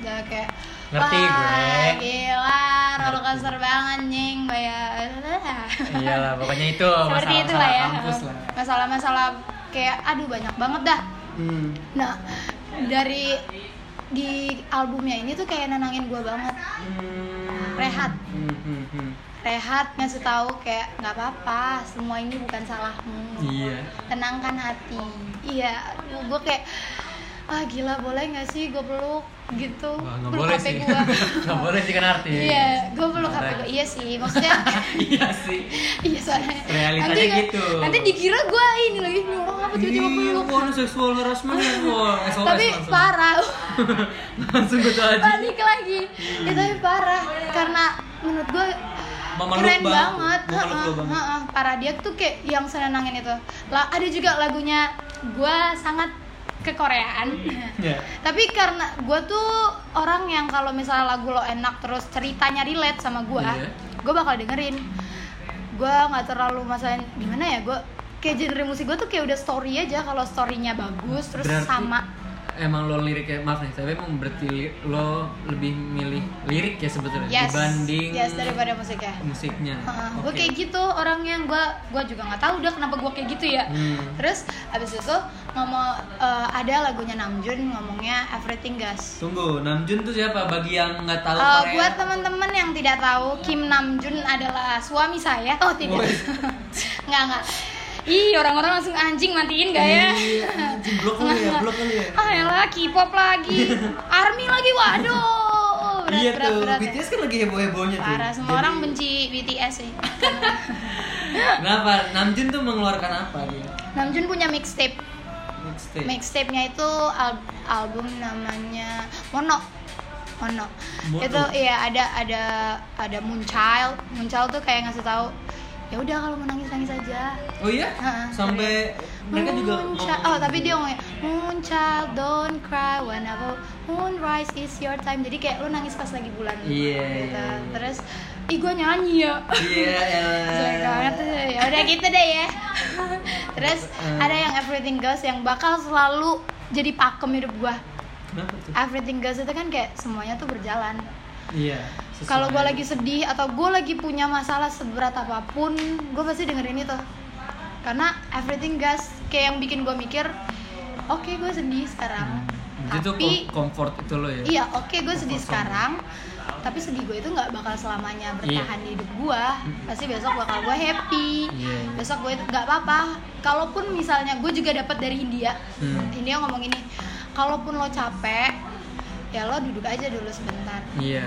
S2: Udah kayak
S1: Ngerti
S2: "Wah,
S1: gue."
S2: Gila, roller
S1: Ngerti.
S2: coaster banget anjing, bayar.
S1: Iyalah, Iya pokoknya itu
S2: Seperti
S1: masalah,
S2: itulah
S1: masalah
S2: ya.
S1: Oh, kampus lah.
S2: Masalah-masalah kayak aduh banyak banget dah.
S1: Hmm.
S2: Nah, dari di albumnya ini tuh kayak nenangin gue banget. Rehat.
S1: Hmm, hmm, hmm.
S2: Rehat ngasih tahu kayak nggak apa-apa, semua ini bukan salahmu
S1: Iya.
S2: tenangkan hati iya gue kayak ah gila boleh nggak sih gue peluk gitu
S1: Wah, nggak
S2: peluk
S1: boleh
S2: HP
S1: sih.
S2: gua.
S1: Nggak boleh sih kan artis.
S2: iya gue peluk HP gue
S1: Makanya.
S2: iya sih maksudnya
S1: Iya sih.
S2: iya soalnya
S1: Realitanya
S2: nanti, nggak-
S1: gitu.
S2: nanti dikira gue ini lagi "Ini orang apa tiba-tiba peluk
S1: Wah, seksual harassment ya, wah, SOS
S2: tapi
S1: langsung.
S2: parah
S1: langsung gue aja.
S2: balik lagi ya tapi parah karena menurut gue
S1: Memeluk banget.
S2: keren banget,
S1: Memeluk
S2: Heeh,
S1: lo banget.
S2: heeh. parah dia tuh kayak yang senenangin itu lah ada juga lagunya gue sangat kekoreaan
S1: Iya.
S2: tapi karena gue tuh orang yang kalau misalnya lagu lo enak terus ceritanya relate sama gue
S1: Iya.
S2: gue bakal dengerin gue nggak terlalu masalah gimana ya gue kayak genre musik gue tuh kayak udah story aja kalau storynya bagus terus
S1: Berarti-
S2: sama
S1: Emang lo liriknya maaf nih, tapi emang berarti li- lo lebih milih lirik ya sebetulnya
S2: yes
S1: dibanding
S2: yes daripada musiknya
S1: musiknya.
S2: gue
S1: Oke.
S2: kayak gitu orang yang gue gue juga nggak tahu udah kenapa gue kayak gitu ya
S1: Hmm.
S2: terus abis itu ngomong eh, ada lagunya Namjoon ngomongnya Everything Gas
S1: Tunggu, Namjoon tuh siapa? Bagi yang nggak tahu
S2: Eh,
S1: Korea.
S2: buat teman-teman yang tidak tahu Kim Namjoon adalah suami saya oh tidak
S1: Woi.
S2: nggak nggak ih orang-orang langsung anjing matiin gak ya
S1: Iya, anjing, blok lu ya, blok lu ya.
S2: ah elah K-pop lagi army lagi waduh berat
S1: iya
S2: berat
S1: tuh,
S2: berat ya.
S1: BTS kan lagi heboh-hebohnya tuh.
S2: parah semua
S1: Jadi,
S2: orang benci BTS sih
S1: Kenapa? Namjoon tuh mengeluarkan apa dia?
S2: Namjoon punya mixtape
S1: Mixtape.
S2: mixtape-nya itu al- album namanya Mono Mono
S1: Mono.
S2: itu iya ada ada ada Moonchild Moonchild tuh kayak ngasih tahu ya udah kalau mau nangis nangis aja
S1: Oh iya?
S2: Ha-ha,
S1: Sampai mereka juga
S2: Moonchild
S1: ngomong
S2: oh tapi dia ngomongnya Moonchild don't cry whenever moonrise is your time jadi kayak lu nangis pas lagi bulan
S1: Iya,
S2: gitu.
S1: iya, iya.
S2: terus ih gua nyanyi ya
S1: Iya,
S2: Jelek banget tuh. ya udah gitu deh ya terus
S1: Eh.
S2: ada yang everything goes yang bakal selalu jadi pakem hidup gua
S1: Kenapa tuh?
S2: everything goes itu kan kayak semuanya tuh berjalan
S1: Iya. sesuai.
S2: kalau gua lagi sedih atau gua lagi punya masalah seberat apapun gua pasti dengerin itu karena everything goes kayak yang bikin gua mikir oke gua sedih sekarang
S1: Hmm, itu
S2: tapi
S1: kom- comfort itu lo ya
S2: iya oke gue
S1: Comfort
S2: sedih
S1: zone.
S2: sekarang tapi sedih gue itu nggak bakal
S1: Iya.
S2: selamanya bertahan di hidup gue pasti besok bakal gue happy
S1: Hmm. Iya, iya.
S2: besok gue nggak apa-apa kalaupun misalnya gue juga dapat dari Hindia
S1: Hmm.
S2: Hindia ngomong ini kalaupun lo capek ya lo duduk aja dulu sebentar
S1: iya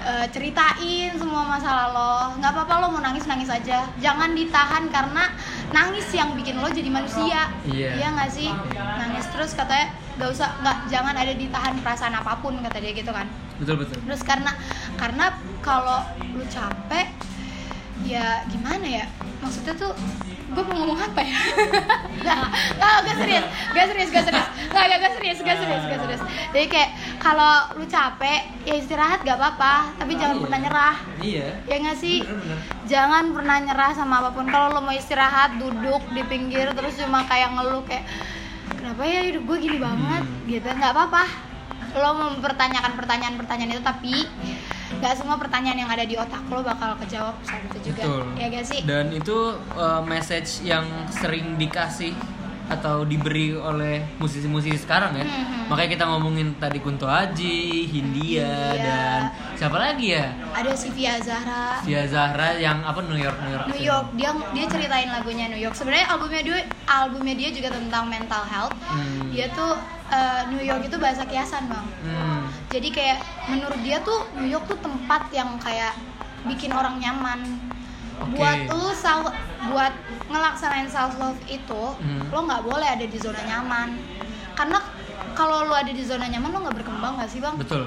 S2: Eh, ceritain semua masalah lo nggak apa-apa lo mau nangis nangis aja jangan ditahan karena nangis yang bikin lo jadi manusia
S1: Iya.
S2: iya nggak sih nangis terus katanya nggak usah nggak jangan ada ditahan perasaan apapun kata dia gitu kan
S1: betul betul
S2: terus karena karena kalau lu capek ya gimana ya maksudnya tuh gue mau ngomong apa ya nah, nah gak serius gak serius gak serius nggak nggak nggak serius gak serius gak serius jadi kayak kalau lu capek ya istirahat gak apa-apa tapi jangan
S1: Iya.
S2: pernah nyerah
S1: iya
S2: ya nggak sih
S1: bener
S2: jangan pernah nyerah sama apapun kalau lo mau istirahat duduk di pinggir terus cuma kayak ngeluh kayak kenapa ya hidup gue gini banget
S1: Hmm.
S2: gitu nggak apa-apa lo mempertanyakan pertanyaan-pertanyaan itu tapi nggak semua pertanyaan yang ada di otak lo bakal kejawab saat itu juga
S1: Betul.
S2: ya gak sih
S1: Dan itu uh, message yang sering dikasih atau diberi oleh musisi-musisi sekarang ya.
S2: Mhm.
S1: Makanya kita ngomongin tadi Kunto Aji, Hindia
S2: Hindia.
S1: dan siapa lagi ya?
S2: ada si Via Zahra
S1: Dia Zahra yang apa New York New York.
S2: New York dia dia ceritain lagunya New York sebenarnya albumnya dia albumnya dia juga tentang mental health
S1: Hmm.
S2: dia tuh eh, New York itu bahasa kiasan bang
S1: Hmm.
S2: jadi kayak menurut dia tuh New York tuh tempat yang kayak bikin orang nyaman
S1: Oke.
S2: buat lu sel- buat ngelaksanain self love itu
S1: Hmm.
S2: lo nggak boleh ada di zona nyaman karena kalau lo ada di zona nyaman lo nggak berkembang gak sih bang
S1: Betul.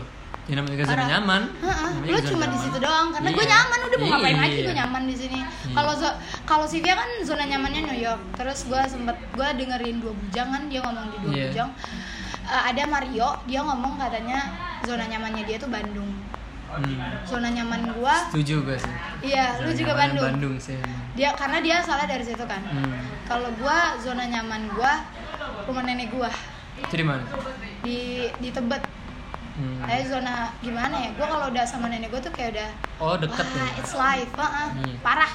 S1: Yang namanya juga zona
S2: Parah.
S1: nyaman.
S2: Heeh,
S1: namanya
S2: lo
S1: juga iya, zona
S2: cuma di
S1: nyaman.
S2: situ doang karena gue
S1: Iya.
S2: nyaman udah mau ngapain
S1: Iya. Hmm.
S2: lagi gue nyaman di sini. Kalau zo- kalau Sylvia kan zona nyamannya New York. Terus gue sempet gue dengerin dua bujang kan dia ngomong di dua
S1: Iya.
S2: bujang. Eh, ada Mario dia ngomong katanya zona nyamannya dia tuh Bandung.
S1: Hmm.
S2: Zona nyaman gue,
S1: Setuju gue sih.
S2: iya lu
S1: Zona
S2: juga
S1: nyamannya
S2: Bandung.
S1: Bandung sih. emang.
S2: Dia karena dia soalnya dari situ kan.
S1: Hmm.
S2: Kalau gue zona nyaman gue rumah nenek gue
S1: Itu di mana?
S2: di di Tebet.
S1: Hmm.
S2: Saya zona gimana ya? Gue kalau udah sama nenek gue tuh kayak udah
S1: Oh, deket
S2: Wah, iya
S1: ya.
S2: it's life, heeh.
S1: Iya.
S2: parah.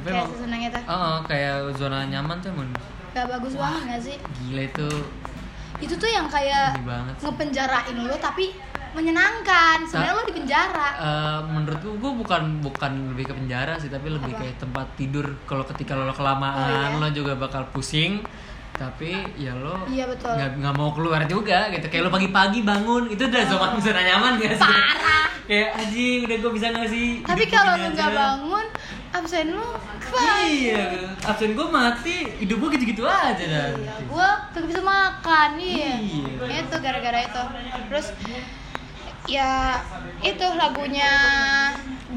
S1: Tapi
S2: Kayak
S1: emang
S2: seseneng itu.
S1: Oh, kayak zona nyaman tuh emang
S2: Gak bagus banget gak sih?
S1: gila itu
S2: Itu tuh yang kayak
S1: ini banget sih.
S2: ngepenjarain lo tapi menyenangkan. Sebenarnya lo di penjara.
S1: Eh, menurut gue, gue bukan bukan lebih ke penjara sih tapi lebih
S2: Apa?
S1: kayak tempat tidur kalau ketika lo kelamaan
S2: Oh, iya.
S1: lo juga bakal pusing tapi ya lo
S2: Iya, betul.
S1: nggak nggak mau keluar juga gitu kayak lo pagi-pagi bangun itu udah zona zona nyaman gak sih
S2: Oh. Parah.
S1: kayak anjing udah gue bisa nggak sih
S2: Tapi
S1: hidup
S2: kalau
S1: gini
S2: lo
S1: aja?"
S2: nggak bangun, absen lo bye.
S1: iya absen gue mati hidup gue gitu-gitu aja dah
S2: Iya, gua kagak bisa makan iya.
S1: Iya.
S2: Itu gara-gara itu. Terus ya itu lagunya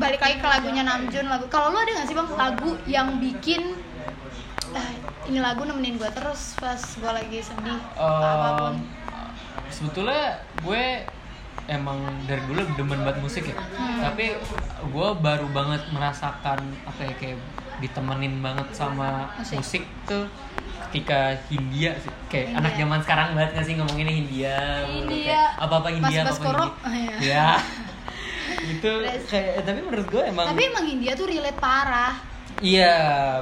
S2: balik lagi ke lagunya Namjoon lagu. Kalau lu ada nggak sih bang lagu yang bikin "Ah, ini lagu nemenin gua terus pas gua lagi sedih atau apapun.
S1: Em, sebetulnya gue emang dari dulu demen banget musik ya
S2: Hmm.
S1: tapi gue baru banget merasakan apa ya kayak ditemenin banget sama musik,
S2: Musik.
S1: tuh ketika Hindia sih kayak
S2: Hindia.
S1: anak zaman sekarang banget nggak sih ngomonginnya Hindia mulu,
S2: Hindia.
S1: kayak apa-apa
S2: Pas
S1: Hindia
S2: bahas
S1: apa-apa
S2: korok,
S1: Hindia
S2: ah,
S1: ya itu
S2: Terus.
S1: kayak tapi menurut gue emang
S2: Tapi emang India tuh relate parah.
S1: Iya,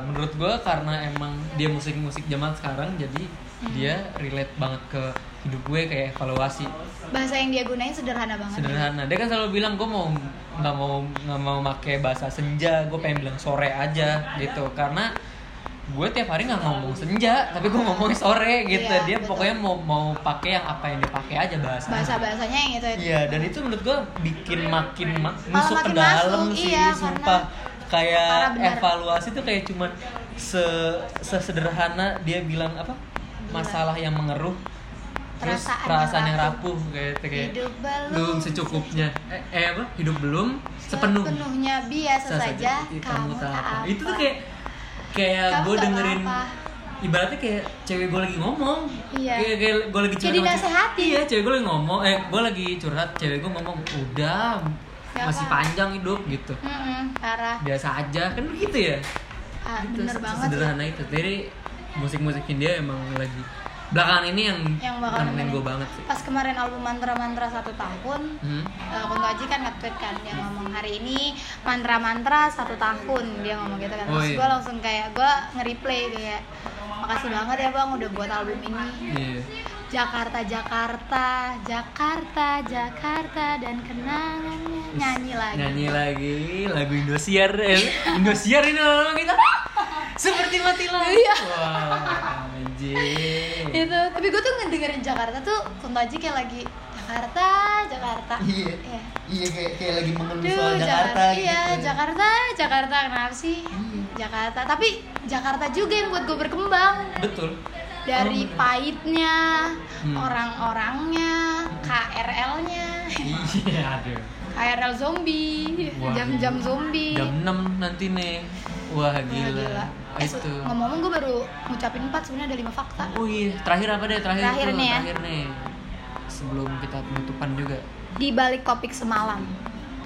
S1: menurut gua karena emang dia musik-musik zaman sekarang jadi
S2: Hmm.
S1: dia relate banget ke hidup gue kayak evaluasi
S2: Bahasa yang dia gunain sederhana banget.
S1: sederhana. Dia kan selalu bilang gue mau nggak mau nggak mau pakai bahasa senja, gue pengen bilang sore aja gitu karena gue tiap hari nggak ngomong senja, tapi gue ngomong sore gitu.
S2: Iya,
S1: dia
S2: betul.
S1: pokoknya mau mau pakai yang apa yang dia pakai aja bahasa.
S2: Bahasa-bahasanya yang itu.
S1: Iya, dan itu menurut gua bikin makin ma-
S2: Malah
S1: masuk ke
S2: makin
S1: dalam
S2: masuk,
S1: sih,
S2: iya,
S1: sumpah.
S2: Parah
S1: Kayak
S2: benar.
S1: evaluasi tuh kayak cuman se sesederhana dia bilang apa?
S2: Iya.
S1: Masalah yang mengeruh terus
S2: Perasaan yang
S1: perasaan yang
S2: rapuh.
S1: rapuh kayak gitu, kayak
S2: Hidup belum
S1: belum secukupnya. Eh, eh, apa? Hidup belum sepenuh.
S2: Sepenuhnya biasa saja
S1: i-
S2: kamu tak apa.
S1: Itu tuh kayak kayak
S2: Kamu
S1: gue
S2: tak
S1: dengerin
S2: apa-apa.
S1: ibaratnya kayak cewek gue lagi ngomong
S2: Iya.
S1: kayak, kayak gue lagi curhat
S2: Jadi
S1: sama cewek-
S2: nasehati.
S1: iya cewek gue lagi ngomong eh gue lagi curhat cewek gue ngomong udah
S2: Gak
S1: masih
S2: apa.
S1: panjang hidup gitu
S2: Mm-mm, parah.
S1: biasa aja kan gitu ya
S2: Ah,
S1: Gitu,
S2: bener
S1: se-
S2: banget sih.
S1: sederhana itu jadi musik-musik India emang lagi belakangan ini yang,
S2: yang bakal
S1: nemenin
S2: nemenin.
S1: gue banget sih
S2: Pas kemarin album mantra-mantra satu tahun,
S1: Hmm.
S2: eh, Kunto Aji kan nge-tweet kan dia ngomong hari ini mantra-mantra satu tahun dia ngomong gitu kan.
S1: Oh,
S2: Terus
S1: iya.
S2: gue langsung kayak gue nge-replay kayak makasih banget ya bang udah buat album ini.
S1: Iya.
S2: Jakarta, Jakarta, Jakarta, Jakarta dan kenangannya nyanyi lagi.
S1: Nyanyi lagi lagu Indosiar. Eh, Indosiar ini lama kita. Seperti mati lampu.
S2: Iya.
S1: Wah, anjing.
S2: Itu, tapi gue tuh ngedengerin Jakarta tuh Kunto Aji kayak lagi Jakarta, Jakarta.
S3: Iya.
S2: Iya.
S3: Iya kayak kayak lagi mengeluh
S2: Aduh,
S3: soal Jakarta gitu. Iya.
S2: Iya, Jakarta, Jakarta kenapa sih? Jakarta, tapi Jakarta juga yang buat gue berkembang
S1: Betul.
S3: Oh,
S2: dari
S3: iya.
S1: Emang bener.
S2: pahitnya,
S1: Hmm.
S2: orang-orangnya,
S3: Hmm.
S2: KRL-nya,
S1: Iya, aduh.
S2: KRL zombie,
S1: Wah,
S2: jam-jam zombie.
S1: Jam 6 nanti nih. Wah,
S2: Wah,
S1: gila.
S2: Eh,
S1: Itu.
S2: ngomong-ngomong gue baru ngucapin empat sebenarnya ada lima fakta.
S1: Oh iya, terakhir apa deh? Terakhir,
S2: Terakhir
S1: tuh,
S2: nih ya.
S1: terakhir nih. Sebelum kita penutupan juga.
S2: Di balik topik semalam.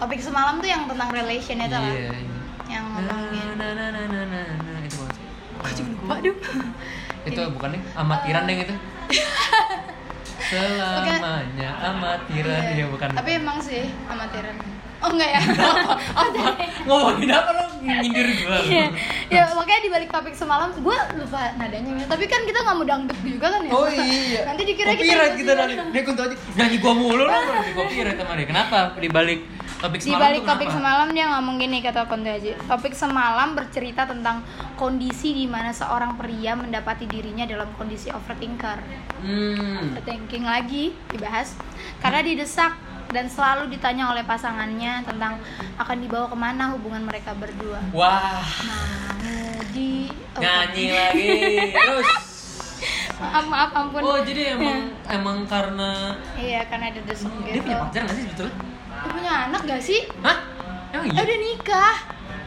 S2: Topik semalam tuh yang tentang relation itu lah.
S1: Iya, iya.
S2: Yang
S1: Na,
S2: ngomongin.
S1: na, na, na, na, na, na. itu bukan sih.
S2: Waduh.
S1: Itu bukan nih, amatiran deh itu. Selamanya amatiran ya
S2: Iya.
S1: bukan.
S2: Tapi emang sih amatiran. Oh enggak ya. oh jadi.
S1: ngomongin apa lo nyindir gua. lu?
S2: Iya. ya makanya di balik topik semalam gue lupa nadanya Mil. tapi kan kita nggak mau dangdut juga kan ya
S3: Oh iya.
S2: nanti
S1: Oh,
S2: dikira
S3: Copyright
S2: kita
S3: kita nanti. Dia kuntu aja.
S1: Nyanyi gua mulu lo di copyright sama dia. Kenapa di balik topik
S2: di
S1: semalam?
S2: balik
S1: tuh
S2: topik
S1: kenapa?
S2: semalam dia ngomong gini kata Kondo aja topik semalam bercerita tentang kondisi di mana seorang pria mendapati dirinya dalam kondisi overthinker
S1: Hmm.
S2: overthinking lagi dibahas karena didesak dan selalu ditanya oleh pasangannya tentang akan dibawa kemana hubungan mereka berdua
S1: Wah,
S2: mau di oh,
S1: nyanyi lagi. Terus.
S2: maaf maaf ampun
S1: Oh, jadi emang emang karena
S2: iya karena didesak Iya. gitu
S1: dia punya pacar nggak sih sebetulnya?
S2: Dia punya anak gak sih?
S1: Hah? Emang
S2: Eh,
S1: iya?
S2: udah nikah.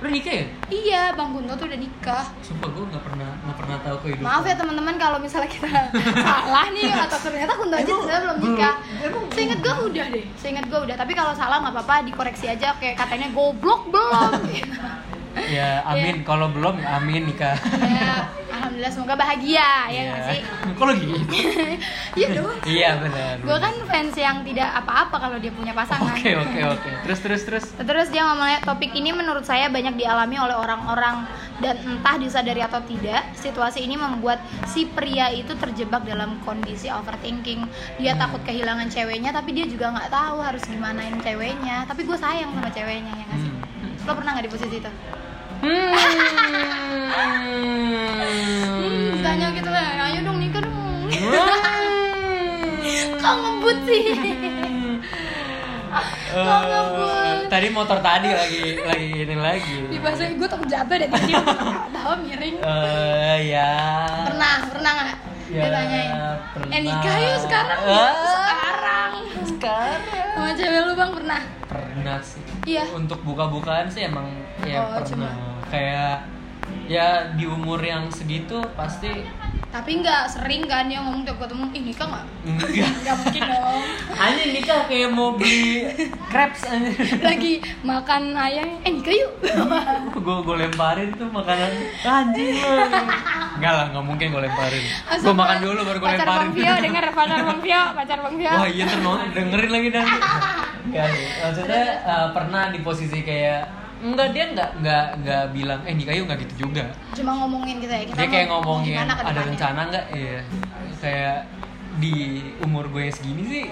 S1: Udah nikah ya?
S2: Iya, Bang Kunto tuh udah nikah.
S1: Sumpah gue gak pernah gak pernah tahu kehidupan.
S2: Maaf ya teman-teman kalau misalnya kita salah nih atau ternyata Kunto aja sebenarnya belum nikah.
S1: Hmm,
S2: Seingat gue udah deh. Seingat gue udah, tapi kalau salah nggak apa-apa dikoreksi aja kayak katanya goblok belum. Iya.
S1: Ya amin kalau belum ya amin nikah. Iya.
S2: ya, alhamdulillah semoga bahagia ya nggak sih?
S1: Kok lo gitu?
S2: Iya dong.
S1: Iya benar.
S2: Gue kan fans yang tidak apa-apa kalau dia punya pasangan.
S1: Oke oke oke. Terus terus terus.
S2: Terus dia ngomongnya topik ini menurut saya banyak dialami oleh orang-orang dan entah disadari atau tidak, situasi ini membuat si pria itu terjebak dalam kondisi overthinking. Dia takut kehilangan ceweknya tapi dia juga nggak tahu harus gimanain ceweknya. Tapi gue sayang sama ceweknya ya nggak sih?
S1: Hmm.
S2: Lo pernah nggak di posisi itu? Hmm,
S1: Hmm.
S2: ditanya gitu lah, ayo dong nikah dong. Kok ngebut sih? Kok ngebut?
S1: Eh, tadi motor tadi lagi lagi ini lagi.
S2: Di bahasa gue takut jatuh deh tadi. Tahu miring.
S1: Eh ya.
S2: pernah pernah nggak
S1: Ya,
S2: ditanyain
S1: pernah.
S2: eh nikah yuk sekarang
S1: Ah.
S2: sekarang
S1: Sekarang
S2: sama cewek lu bang pernah
S1: pernah sih.
S2: iya
S1: untuk buka-bukaan sih emang ya
S2: Oh,
S1: pernah
S2: cuma-
S1: kayak ya di umur yang segitu pasti
S2: tapi nggak sering kan dia ngomong tiap ketemu ih nikah nggak
S1: enggak
S2: nggak mungkin dong
S1: anjing nikah kayak mau beli crepes anjing
S2: lagi makan ayam eh nikah yuk
S1: gue gue lemparin tuh makanan anjing lu enggak lah nggak mungkin gue lemparin gue
S2: Langsung
S1: makan
S2: ke-
S1: dulu baru gue
S2: pacar
S1: lemparin
S2: bang Vio denger pacar bang Vio pacar bang Vio
S1: Wah iya terus mau dengerin lagi dan Enggak sih. Maksudnya eh, pernah di posisi kayak enggak dia enggak enggak enggak bilang eh nikah yuk enggak gitu juga.
S2: cuma ngomongin gitu ya kita
S1: dia kayak
S2: mau- mau
S1: ngomongin
S2: gimana ke
S1: ada
S2: depannya.
S1: rencana nggak iya kayak di umur gue segini sih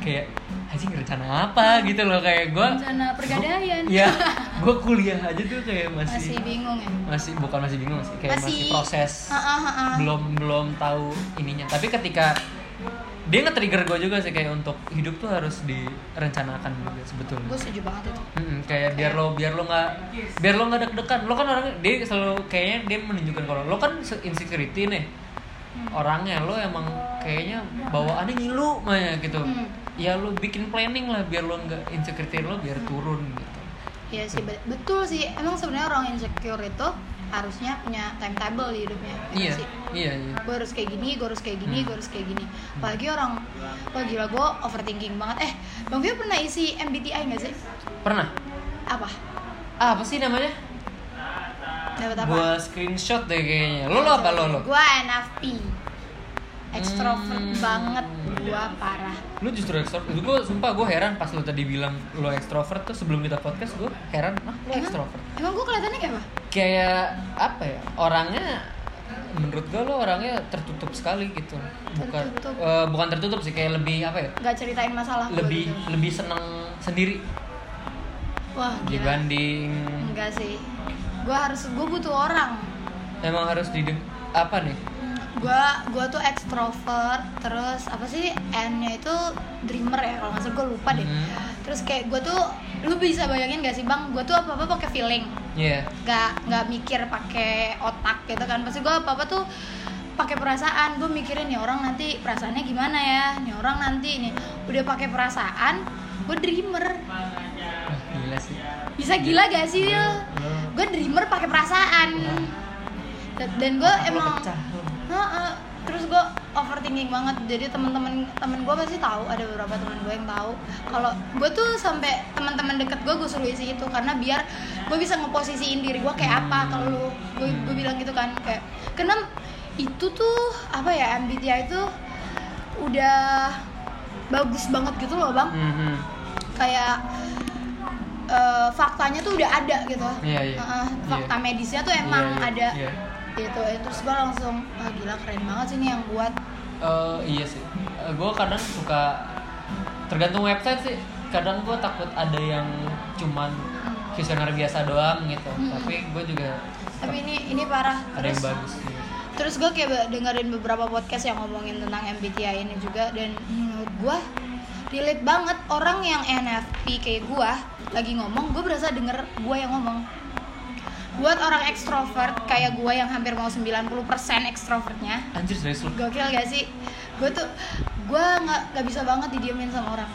S1: kayak anjing rencana apa gitu loh kayak gue
S2: rencana pergadaian
S1: ya gue kuliah aja tuh kayak masih
S2: masih bingung ya
S1: masih bukan masih bingung sih kayak masih,
S2: Masih-
S1: proses
S2: Ah, ah, ah, ah.
S1: belum belum tahu ininya tapi ketika dia nge-trigger gue juga sih kayak untuk hidup tuh harus direncanakan juga sebetulnya
S2: gue setuju banget itu
S1: Mm-mm, kayak biar lo biar lo nggak biar lo nggak deg-degan lo kan orangnya dia selalu kayaknya dia menunjukkan kalau lo kan se- insecurity nih Hmm. orangnya lo emang kayaknya bawaannya ngilu mah gitu
S2: Hmm.
S1: ya lo bikin planning lah biar lo nggak insecurity lo biar turun gitu
S2: Iya sih bet- betul sih. Emang sebenarnya orang insecure itu harusnya punya timetable di hidupnya. ya
S1: iya
S2: sih?
S1: iya iya
S2: Gue harus kayak gini, gue harus kayak gini,
S1: Hmm.
S2: gue harus kayak gini. Apalagi orang, wah gila gue overthinking banget. Eh, Bang Vio pernah isi MBTI nggak sih?
S1: pernah
S2: Apa?
S1: ah, apa sih namanya
S2: Dapat apa?
S1: gua screenshot deh kayaknya lo lo apa lo lo
S2: Gue NFP.
S1: Hmm.
S2: Extrovert banget gue parah.
S1: lu justru extrovert gue sumpah gue heran pas lu tadi bilang lo extrovert tuh sebelum kita podcast gue heran ah lo
S2: Emang-
S1: extrovert
S2: Emang gue kelihatannya kayak apa?
S1: kayak apa ya orangnya menurut gue lo orangnya tertutup sekali gitu bukan
S2: Tertutup.
S1: eh, bukan tertutup sih kayak lebih apa ya
S2: nggak ceritain masalah gua
S1: lebih
S2: gitu.
S1: lebih seneng sendiri
S2: wah gila
S1: dibanding
S2: enggak sih gue harus gue butuh orang Iya.
S1: emang harus di apa nih
S2: gue gue tuh ekstrovert terus apa sih N-nya itu dreamer ya kalau nggak salah gue lupa deh
S1: Hmm.
S2: terus kayak gue tuh lu bisa bayangin gak sih bang gue tuh apa apa pakai feeling
S1: ya
S2: nggak nggak mikir pakai otak gitu kan pasti gue apa apa tuh pakai perasaan gue mikirin nih orang nanti perasaannya gimana ya nih orang nanti nih udah pakai perasaan gue dreamer
S1: Wah, gila sih
S2: bisa gila gak sih Wil? gue dreamer pakai perasaan Dan- dan gue
S1: Otak lo
S2: emang
S1: pecah lo.
S2: Heeh. terus gue overthinking banget jadi teman-teman temen gue pasti tahu ada beberapa teman gue yang tahu kalau gue tuh sampai teman-teman deket gue gue suruh isi itu karena biar gue bisa ngeposisiin diri gue kayak apa kalau lu gue gue bilang gitu kan kayak karena itu tuh apa ya MBTI itu udah bagus banget gitu loh bang
S1: Mhm.
S2: kayak eh, faktanya tuh udah ada gitu
S1: Iya, iya.
S2: Heeh, fakta
S1: Iya.
S2: medisnya tuh emang
S1: Iya, iya,
S2: ada
S1: iya.
S2: gitu Eh, terus gue langsung ah gila keren banget sih nih yang buat
S1: Eh, iya sih gue kadang suka tergantung website sih kadang gue takut ada yang cuman visioner biasa doang gitu
S2: Mhm.
S1: tapi gue juga
S2: tapi ini ini parah
S1: ada yang
S2: terus
S1: bagus gitu.
S2: terus gue kayak be- dengerin beberapa podcast yang ngomongin tentang MBTI ini juga dan menurut gue relate banget orang yang NFP kayak gue lagi ngomong gue berasa denger gue yang ngomong buat orang ekstrovert kayak gue yang hampir mau 90% ekstrovertnya
S1: anjir serius lu
S2: Gokil gak sih? Gue tuh, gue nggak nggak bisa banget didiemin sama orang.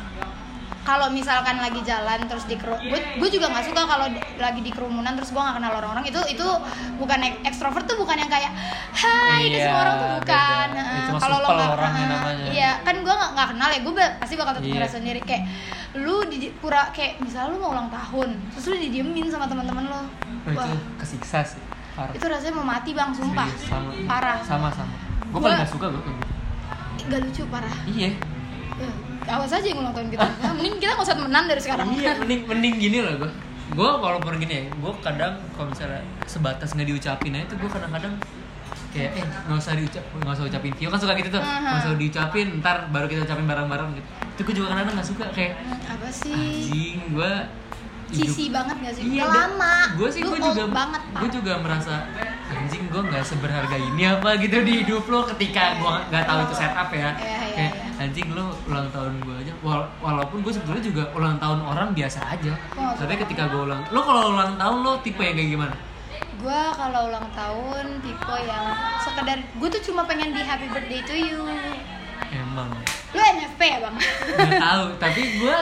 S2: Kalau misalkan lagi jalan terus di gue juga nggak suka kalau di- lagi di kerumunan terus gue nggak kenal orang-orang itu itu bukan ek- ekstrovert tuh bukan yang kayak hai ke
S1: Iya,
S2: semua orang tuh bukan.
S1: beda.
S2: Nah,
S1: Itu mah
S2: Kalau lo
S1: supel
S2: nggak
S1: orangnya
S2: nah,
S1: namanya.
S2: iya kan gue nggak nggak kenal ya gue ba- pasti bakal tetap
S1: Iya.
S2: ngerasa sendiri kayak lu di pura kayak misal lu mau ulang tahun terus lu didiemin sama teman-teman lo.
S1: Wah,
S2: Wah
S1: Oh, itu kesiksa sih parah
S2: itu rasanya mau mati bang sumpah
S1: Serius, sama
S2: parah
S1: sama sama gue
S2: Gua-
S1: paling gak suka gue kayak gitu
S2: nggak lucu parah
S1: iya
S2: Ya, awas aja yang ulang tahun kita. Nah, mending kita nggak usah temenan dari sekarang.
S1: iya mending mending gini loh gue gue walaupun gini ya gue kadang kalau misalnya sebatas nggak diucapin aja tuh gue kadang-kadang kayak eh nggak usah diucap nggak usah ucapin Vio kan suka gitu tuh
S2: Aha.
S1: nggak usah diucapin ntar baru kita ucapin bareng-bareng gitu itu gue juga kadang-kadang nggak suka kayak
S2: Apa sih?
S1: anjing gue
S2: Sisi banget gak sih? Udah lama.
S1: gue Iya, sih
S2: Lu
S1: gue
S2: old
S1: juga
S2: banget, Pak.
S1: gue juga merasa anjing gue nggak seberharga ini apa gitu di hidup lo ketika gue nggak tahu itu setup ya
S2: Iya, iya,
S1: kayak
S2: iya.
S1: anjing lo ulang tahun gue aja Wal- walaupun gue sebetulnya juga ulang tahun orang biasa aja
S2: Wah,
S1: tapi ketika gue ulang lo kalau ulang tahun lo tipe yang kayak gimana
S2: Gue kalau ulang tahun tipe yang sekedar gue tuh cuma pengen di happy birthday to you.
S1: emang
S2: Lu NFP ya, Bang?
S1: nggak tahu tapi gue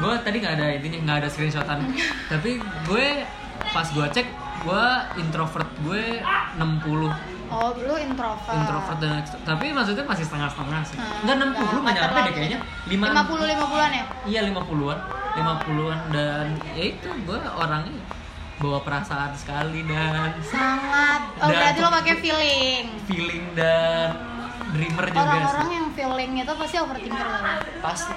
S1: gue tadi nggak ada intinya nggak ada screenshotan tapi gue pas gue cek gue introvert gue 60
S2: Oh, lu introvert.
S1: introvert dan ekstrovert tapi maksudnya masih setengah-setengah sih
S2: Hmm,
S1: enggak 60
S2: nggak,
S1: nggak
S2: nggak
S1: nyampe deh
S2: terlalu.
S1: kayaknya
S2: 50 50-an ya?
S1: iya 50-an 50-an dan ya itu gue orangnya bawa perasaan sekali dan
S2: Sangat. Oh,
S1: Dan-
S2: berarti lo pakai feeling.
S1: feeling dan dreamer juga
S2: Orang-orang Hmm.
S1: sih
S2: yang feeling itu pasti overthinker banget.
S1: pasti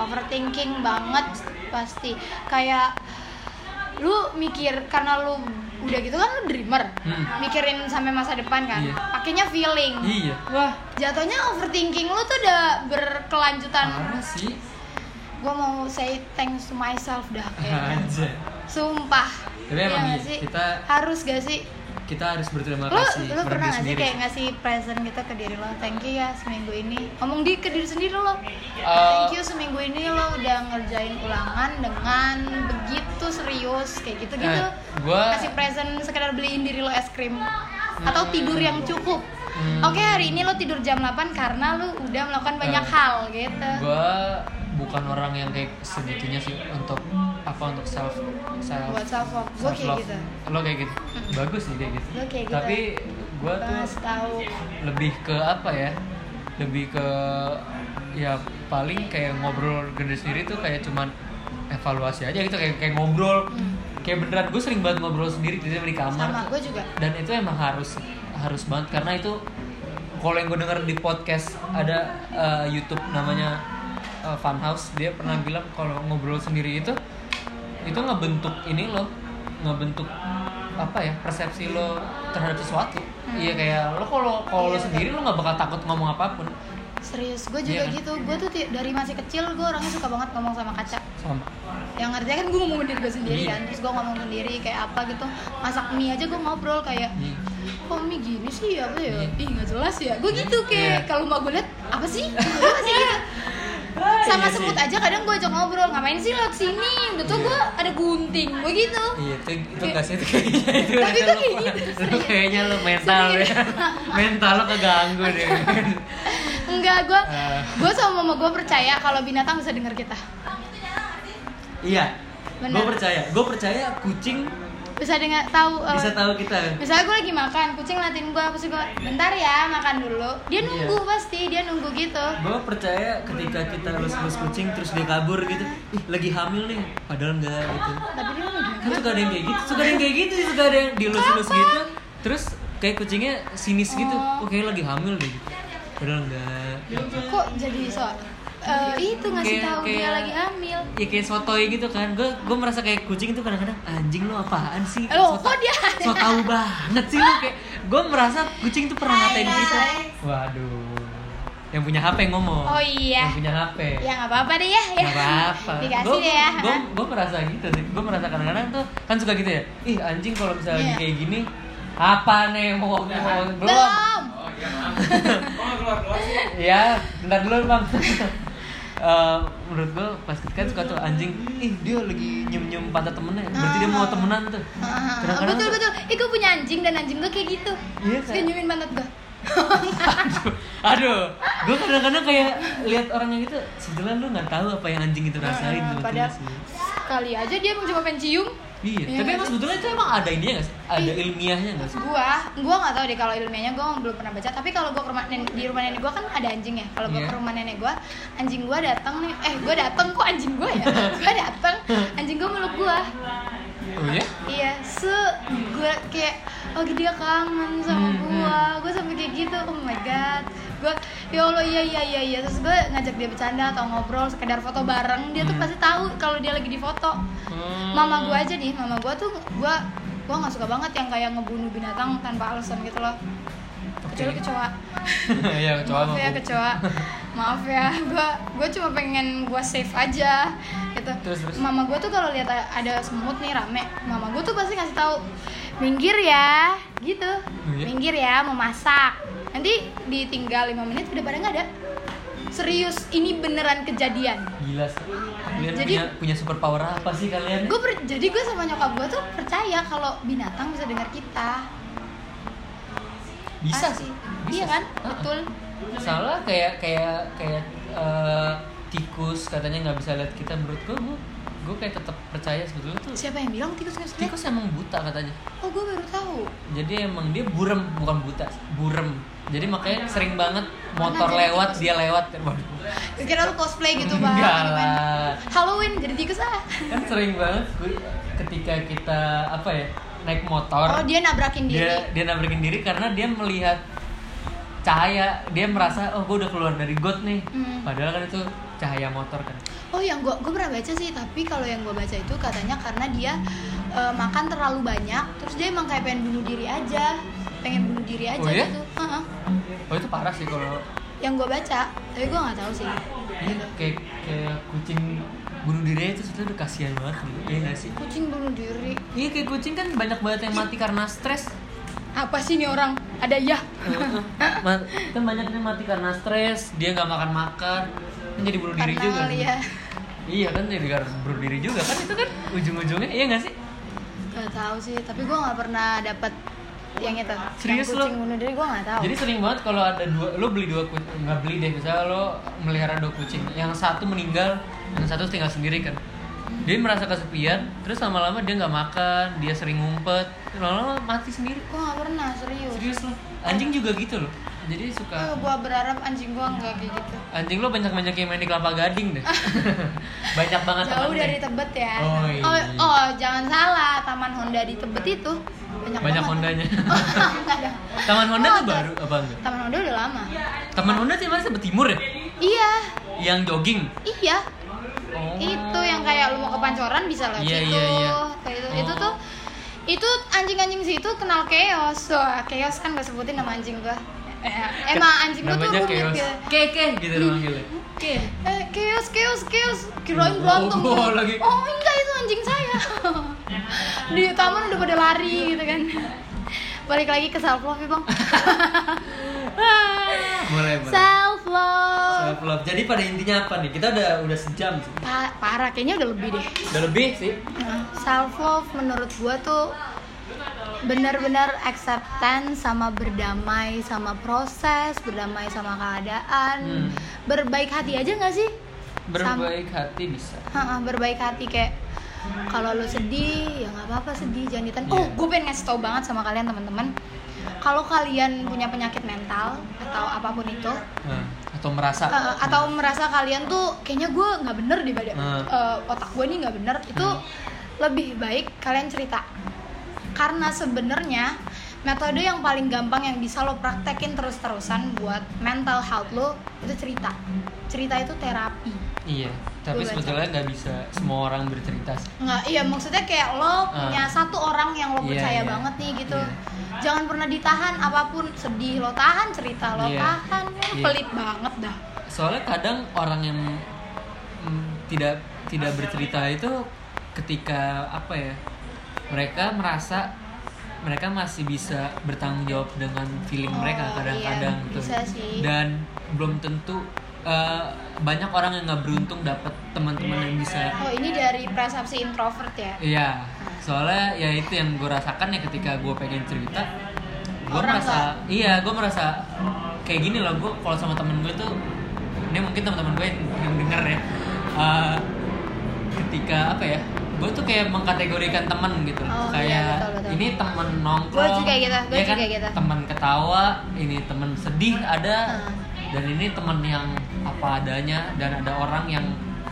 S2: overthinking banget pasti kayak lu mikir karena lu udah gitu kan lu dreamer
S1: Hmm.
S2: mikirin sampai masa depan kan
S1: Iya.
S2: pakainya feeling
S1: iya wah
S2: jatuhnya overthinking lu tuh udah berkelanjutan
S1: parah sih
S2: gue mau say thanks to myself dah kayaknya
S1: aja
S2: sumpah
S1: Tapi emang
S2: nggak
S1: iya,
S2: sih?
S1: kita-
S2: harus gak sih
S1: kita harus berterima
S2: lu
S1: kasih
S2: lu
S1: pada diri
S2: pernah gak sih
S1: sendiri
S2: kayak ngasih present gitu ke diri lo thank you ya seminggu ini ngomong di ke diri sendiri lo
S1: Eh,
S2: thank you seminggu ini lo udah ngerjain ulangan dengan begitu serius kayak gitu gitu
S1: Eh, gua-
S2: kasih present sekedar beliin diri lo es krim atau
S1: Hmm.
S2: tidur yang cukup
S1: Hmm.
S2: Oke hari ini lo tidur jam 8 karena lo udah melakukan banyak
S1: Eh,
S2: hal gitu
S1: gue bukan orang yang kayak segitunya sih untuk apa untuk self self
S2: Buat self-love. Gua kayak
S1: self-love.
S2: gitu.
S1: lo kayak gitu bagus sih kayak gitu
S2: Gua kayak gitu.
S1: tapi gue tuh
S2: Pas tahu
S1: lebih ke apa ya lebih ke ya paling kayak ngobrol ke diri sendiri tuh kayak cuman evaluasi aja gitu kayak kayak ngobrol kayak beneran gue sering banget ngobrol sendiri di di kamar
S2: Hmm. sama
S1: tuh
S2: gue juga
S1: dan itu emang harus harus banget karena itu kalau yang gue denger di podcast ada eh, YouTube namanya eh, Funhouse dia pernah bilang kalau ngobrol sendiri itu itu ngebentuk ini loh ngebentuk apa ya persepsi lo terhadap sesuatu iya kayak lo kalau kalau lo
S2: Hmm. Iya,
S1: sendiri lo nggak bakal takut ngomong apapun
S2: serius gue
S1: Iya
S2: juga
S1: kan?
S2: gitu gue tuh ti- dari masih kecil gue orangnya suka banget ngomong sama kaca
S1: sama
S2: yang artinya kan gue ngomongin diri gue sendiri
S1: Iya.
S2: kan terus gue ngomong sendiri kayak apa gitu masak mie aja gue ngobrol kayak
S1: Iya.
S2: kok mie gini sih apa ya
S1: Iya.
S2: ih nggak jelas ya gue gitu
S1: Iya.
S2: kayak kalau mau gue liat apa sih gue masih gitu sama
S1: Iya sih.
S2: semut aja kadang gue ajak ngobrol ngapain sih lo kesini udah tuh
S1: Iya.
S2: gue ada gunting gue gitu
S1: Iya, itu itu enggak sih itu kayaknya itu.
S2: Tapi
S1: kayaknya
S2: kok kayak
S1: lu-
S2: gitu,
S1: Lu kayaknya lu mental deh. mental lu keganggu deh.
S2: enggak gue
S1: Eh.
S2: gue sama mama gue percaya kalau binatang bisa denger kita
S1: iya.
S2: Benar.
S1: Gue percaya, gue percaya kucing
S2: bisa dengar tahu eh,
S1: bisa tahu kita.
S2: misalnya gue lagi makan kucing latihan gue pasti gue bentar ya makan dulu dia
S1: Iya.
S2: nunggu pasti dia nunggu gitu
S1: Gue percaya ketika kita lus-lus kucing terus dia kabur gitu, ih lagi hamil nih, padahal enggak gitu.
S2: tapi dia mau
S1: Kan suka ada yang kayak gitu, suka ada yang kayak gitu, suka ada yang dilus-lus gitu. Terus kayak kucingnya sinis gitu, oh
S2: Oh.
S1: kayaknya lagi hamil deh. gitu. Padahal enggak.
S2: kok jadi soal eh, itu ngasih
S1: Kayak-
S2: tahu dia
S1: kayak-
S2: lagi hamil
S1: ya kayak sotoy gitu kan gue gue merasa kayak kucing itu kadang-kadang anjing lo apaan sih
S2: Loh,
S1: So-
S2: kok dia ada?
S1: so tau banget sih lo kayak gue merasa kucing tuh pernah ngatain kita waduh yang punya HP ngomong
S2: Oh, iya.
S1: yang punya HP
S2: ya nggak apa-apa deh ya ya
S1: Gak apa-apa
S2: dikasih deh ya
S1: Gue merasa gitu sih Gue merasa kadang-kadang tuh Kan suka gitu ya Ih anjing kalau misalnya lagi
S2: Iya.
S1: kayak gini Apa nih mau ngomong Belum
S2: belum
S1: Ya bentar dulu bang Eh, Menurut gue pas ketika kan suka tuh anjing Ih dia lagi nyium-nyium pantat temennya Berarti dia mau temenan tuh
S2: Ah,
S1: Kadang-kadang
S2: betul
S1: tuh-
S2: betul eh gue punya anjing dan anjing gue kayak gitu
S1: Iya,
S2: Terus
S1: Kak.
S2: dia nyumin pantat gue
S1: Aduh, aduh, gue kadang-kadang kayak lihat orang yang gitu, sebenarnya lu nggak tahu apa yang anjing itu rasain
S2: Ah,
S1: sebetulnya
S2: padahal
S1: sih.
S2: kali aja dia cuma pengen cium
S1: Iya,
S2: Iya,
S1: tapi
S2: nggak
S1: emang
S2: sih?
S1: sebetulnya itu emang ada ininya nggak sih? Ada
S2: Ih.
S1: ilmiahnya nggak sih?
S2: gua gua nggak tahu deh kalau ilmiahnya gua belum pernah baca tapi kalau gua ke rumah nen- di rumah nenek gua kan ada anjing ya kalau gua
S1: Iya.
S2: ke rumah nenek gua anjing gua datang nih eh gua datang kok anjing gua ya gua datang anjing gua meluk gua
S1: Oh ya?
S2: iya se gua kayak oh dia kangen sama
S1: Hmm,
S2: gua gua sampai kayak gitu oh my god gua ya allah iya iya iya iya terus gua ngajak dia bercanda atau ngobrol sekedar foto bareng dia tuh
S1: Hmm.
S2: pasti tahu kalau dia lagi di foto mama gue aja nih mama gue tuh gue gue nggak suka banget yang kayak ngebunuh binatang tanpa alasan gitu loh kecuali kecoa
S1: Iya, kecoa
S2: maaf
S1: mah.
S2: ya kecoa maaf ya gue gue cuma pengen gue save aja gitu
S1: Terus, terus.
S2: mama gue tuh kalau lihat a- ada semut nih rame mama gue tuh pasti ngasih tahu minggir ya gitu
S1: iya?
S2: minggir ya mau masak nanti ditinggal lima menit udah pada nggak ada serius ini beneran kejadian
S1: Gila sih. Kalian
S2: Jadi-
S1: punya, punya super power apa sih kalian?
S2: gue jadi gue sama nyokap gue tuh percaya kalau binatang bisa dengar kita
S1: Bisa
S2: Asli.
S1: sih.
S2: iya
S1: Bisa
S2: kan
S1: sih. Ah, ah.
S2: betul
S1: salah kayak kayak kayak eh, tikus katanya nggak bisa lihat kita menurut gue gue kayak tetap percaya sebetulnya tuh
S2: siapa yang bilang tikus nggak bisa lihat?
S1: tikus emang buta katanya
S2: oh gue baru tahu
S1: jadi emang dia burem bukan buta burem jadi makanya sering banget motor
S2: Pernah jadi
S1: lewat dia lewat kan waduh
S2: Gue kira lu cosplay gitu bang
S1: Enggak
S2: gitu kan.
S1: lah.
S2: Halloween jadi tikus ah
S1: kan sering banget gue- ketika kita apa ya naik motor
S2: oh dia nabrakin diri
S1: dia dia nabrakin diri karena dia melihat cahaya dia merasa oh gue udah keluar dari got nih
S2: Hmm.
S1: padahal kan itu cahaya motor kan
S2: oh yang gue gue pernah baca sih tapi kalau yang gue baca itu katanya karena dia eh, makan terlalu banyak terus dia emang kayak pengen bunuh diri aja pengen bunuh diri aja
S1: Oh iya?
S2: gitu Heeh.
S1: oh itu parah sih kalau
S2: yang gue baca tapi gue nggak tahu sih
S1: Iya, kayak kayak kucing bunuh diri itu sebetulnya udah kasihan banget gitu. Iya nggak sih?
S2: kucing bunuh diri
S1: Iya kayak kucing kan banyak banget yang mati karena stres.
S2: apa sih nih orang ada ya
S1: Ma- kan banyak yang mati karena stres, dia nggak makan makan, kan jadi bunuh diri
S2: karena
S1: juga.
S2: ya
S1: Iya kan jadi harus bunuh diri juga kan itu kan ujung-ujungnya iya nggak sih?
S2: Gak tahu sih, tapi gue gak pernah dapet yang itu.
S1: Serius
S2: yang
S1: lo?
S2: kucing bunuh diri gue gak tahu.
S1: Jadi sering banget kalau ada dua, lo beli dua kucing, nggak beli deh, misalnya lo melihara dua kucing, yang satu meninggal, yang satu tinggal sendiri kan. Dia merasa kesepian, terus lama-lama dia nggak makan, dia sering ngumpet, lama-lama mati sendiri.
S2: Gue gak pernah serius.
S1: Serius lo, anjing juga gitu loh. Jadi
S2: Eh,
S1: suka
S2: gue berharap anjing gue gak kayak gitu.
S1: anjing lo banyak-banyak yang main di kelapa gading deh. banyak banget
S2: Jauh
S1: temennya.
S2: dari Tebet ya.
S1: Oh, iya.
S2: oh, oh, jangan salah, Taman Honda di Tebet itu banyak
S1: Banyak
S2: banget.
S1: Hondanya.
S2: Oh, enggak dong.
S1: Taman Honda
S2: Oh,
S1: tuh
S2: enggak.
S1: baru apa enggak?
S2: Taman Honda udah lama.
S1: Taman Honda sih masih timur ya?
S2: Iya,
S1: Yang jogging.
S2: iya.
S1: Oh.
S2: Itu yang kayak lu mau ke Pancoran bisa lewat
S1: Iya,
S2: situ.
S1: iya, iya.
S2: Kayak itu. itu
S1: Oh.
S2: tuh itu anjing-anjing situ kenal keos Wah, keos kan gue sebutin nama anjing gue emang anjing gue tuh
S1: namanya
S2: rumit
S1: chaos
S2: gitu
S1: keke gitu dia manggilnya
S2: Oke. Eh, keos, keos, keos. Kirain
S1: Oh,
S2: berantem.
S1: oh, lagi.
S2: Oh, enggak itu anjing saya. Di taman udah pada lari gitu kan. Balik lagi ke self love, ya, Bang.
S1: boleh boleh
S2: self love.
S1: self love jadi pada intinya apa nih kita udah udah sejam sih
S2: Pa- parah kayaknya udah lebih deh.
S1: udah lebih sih
S2: Nah, self love menurut gua tuh benar-benar acceptance sama berdamai sama proses, berdamai sama keadaan,
S1: Hmm.
S2: berbaik hati aja nggak sih? Sama-
S1: berbaik hati bisa
S2: Ha-ha, berbaik hati kayak kalau lu sedih ya nggak apa-apa sedih jangan ditahan. Oh,
S1: Iya.
S2: gue pengen ngasih tau banget sama kalian teman-teman. Kalau kalian punya penyakit mental atau apapun itu,
S1: Nah, atau merasa
S2: eh, atau merasa kalian tuh kayaknya gue nggak bener di badan
S1: Hmm.
S2: eh, otak gue nih nggak bener, itu
S1: Hmm.
S2: lebih baik kalian cerita. Karena sebenarnya metode yang paling gampang yang bisa lo praktekin terus-terusan buat mental health lo itu cerita. Cerita itu terapi.
S1: iya tapi
S2: Gue baca.
S1: sebetulnya nggak bisa semua orang bercerita sih
S2: Nggak, iya maksudnya kayak lo punya
S1: Ah.
S2: satu orang yang lo
S1: Iya,
S2: percaya
S1: iya.
S2: banget nih gitu.
S1: Iya.
S2: Jangan pernah ditahan apapun sedih lo tahan, cerita lo
S1: Iya.
S2: tahan. Lo
S1: Iya.
S2: Pelit banget dah.
S1: soalnya kadang orang yang mm, tidak tidak bercerita itu ketika apa ya mereka merasa mereka masih bisa bertanggung jawab dengan feeling
S2: Oh,
S1: mereka kadang-kadang
S2: iya,
S1: gitu.
S2: bisa sih.
S1: dan belum tentu uh, banyak orang yang nggak beruntung dapat teman-teman yang bisa
S2: Oh, ini dari persepsi introvert ya.
S1: Iya, soalnya ya itu yang gue rasakan ya ketika gue pengen cerita, gue
S2: Orang
S1: merasa, iya gue merasa kayak gini loh gue kalau sama temen gue tuh, ini mungkin teman-teman gue yang, yang denger ya, Eh, ketika apa ya, gue tuh kayak mengkategorikan temen gitu,
S2: Oh,
S1: kayak
S2: iya, betul, betul.
S1: ini temen nongkrong,
S2: Gua juga gitu, gua
S1: ya kan?
S2: juga gitu.
S1: temen ketawa, ini temen sedih ada,
S2: Hmm.
S1: dan ini temen yang apa adanya dan ada orang yang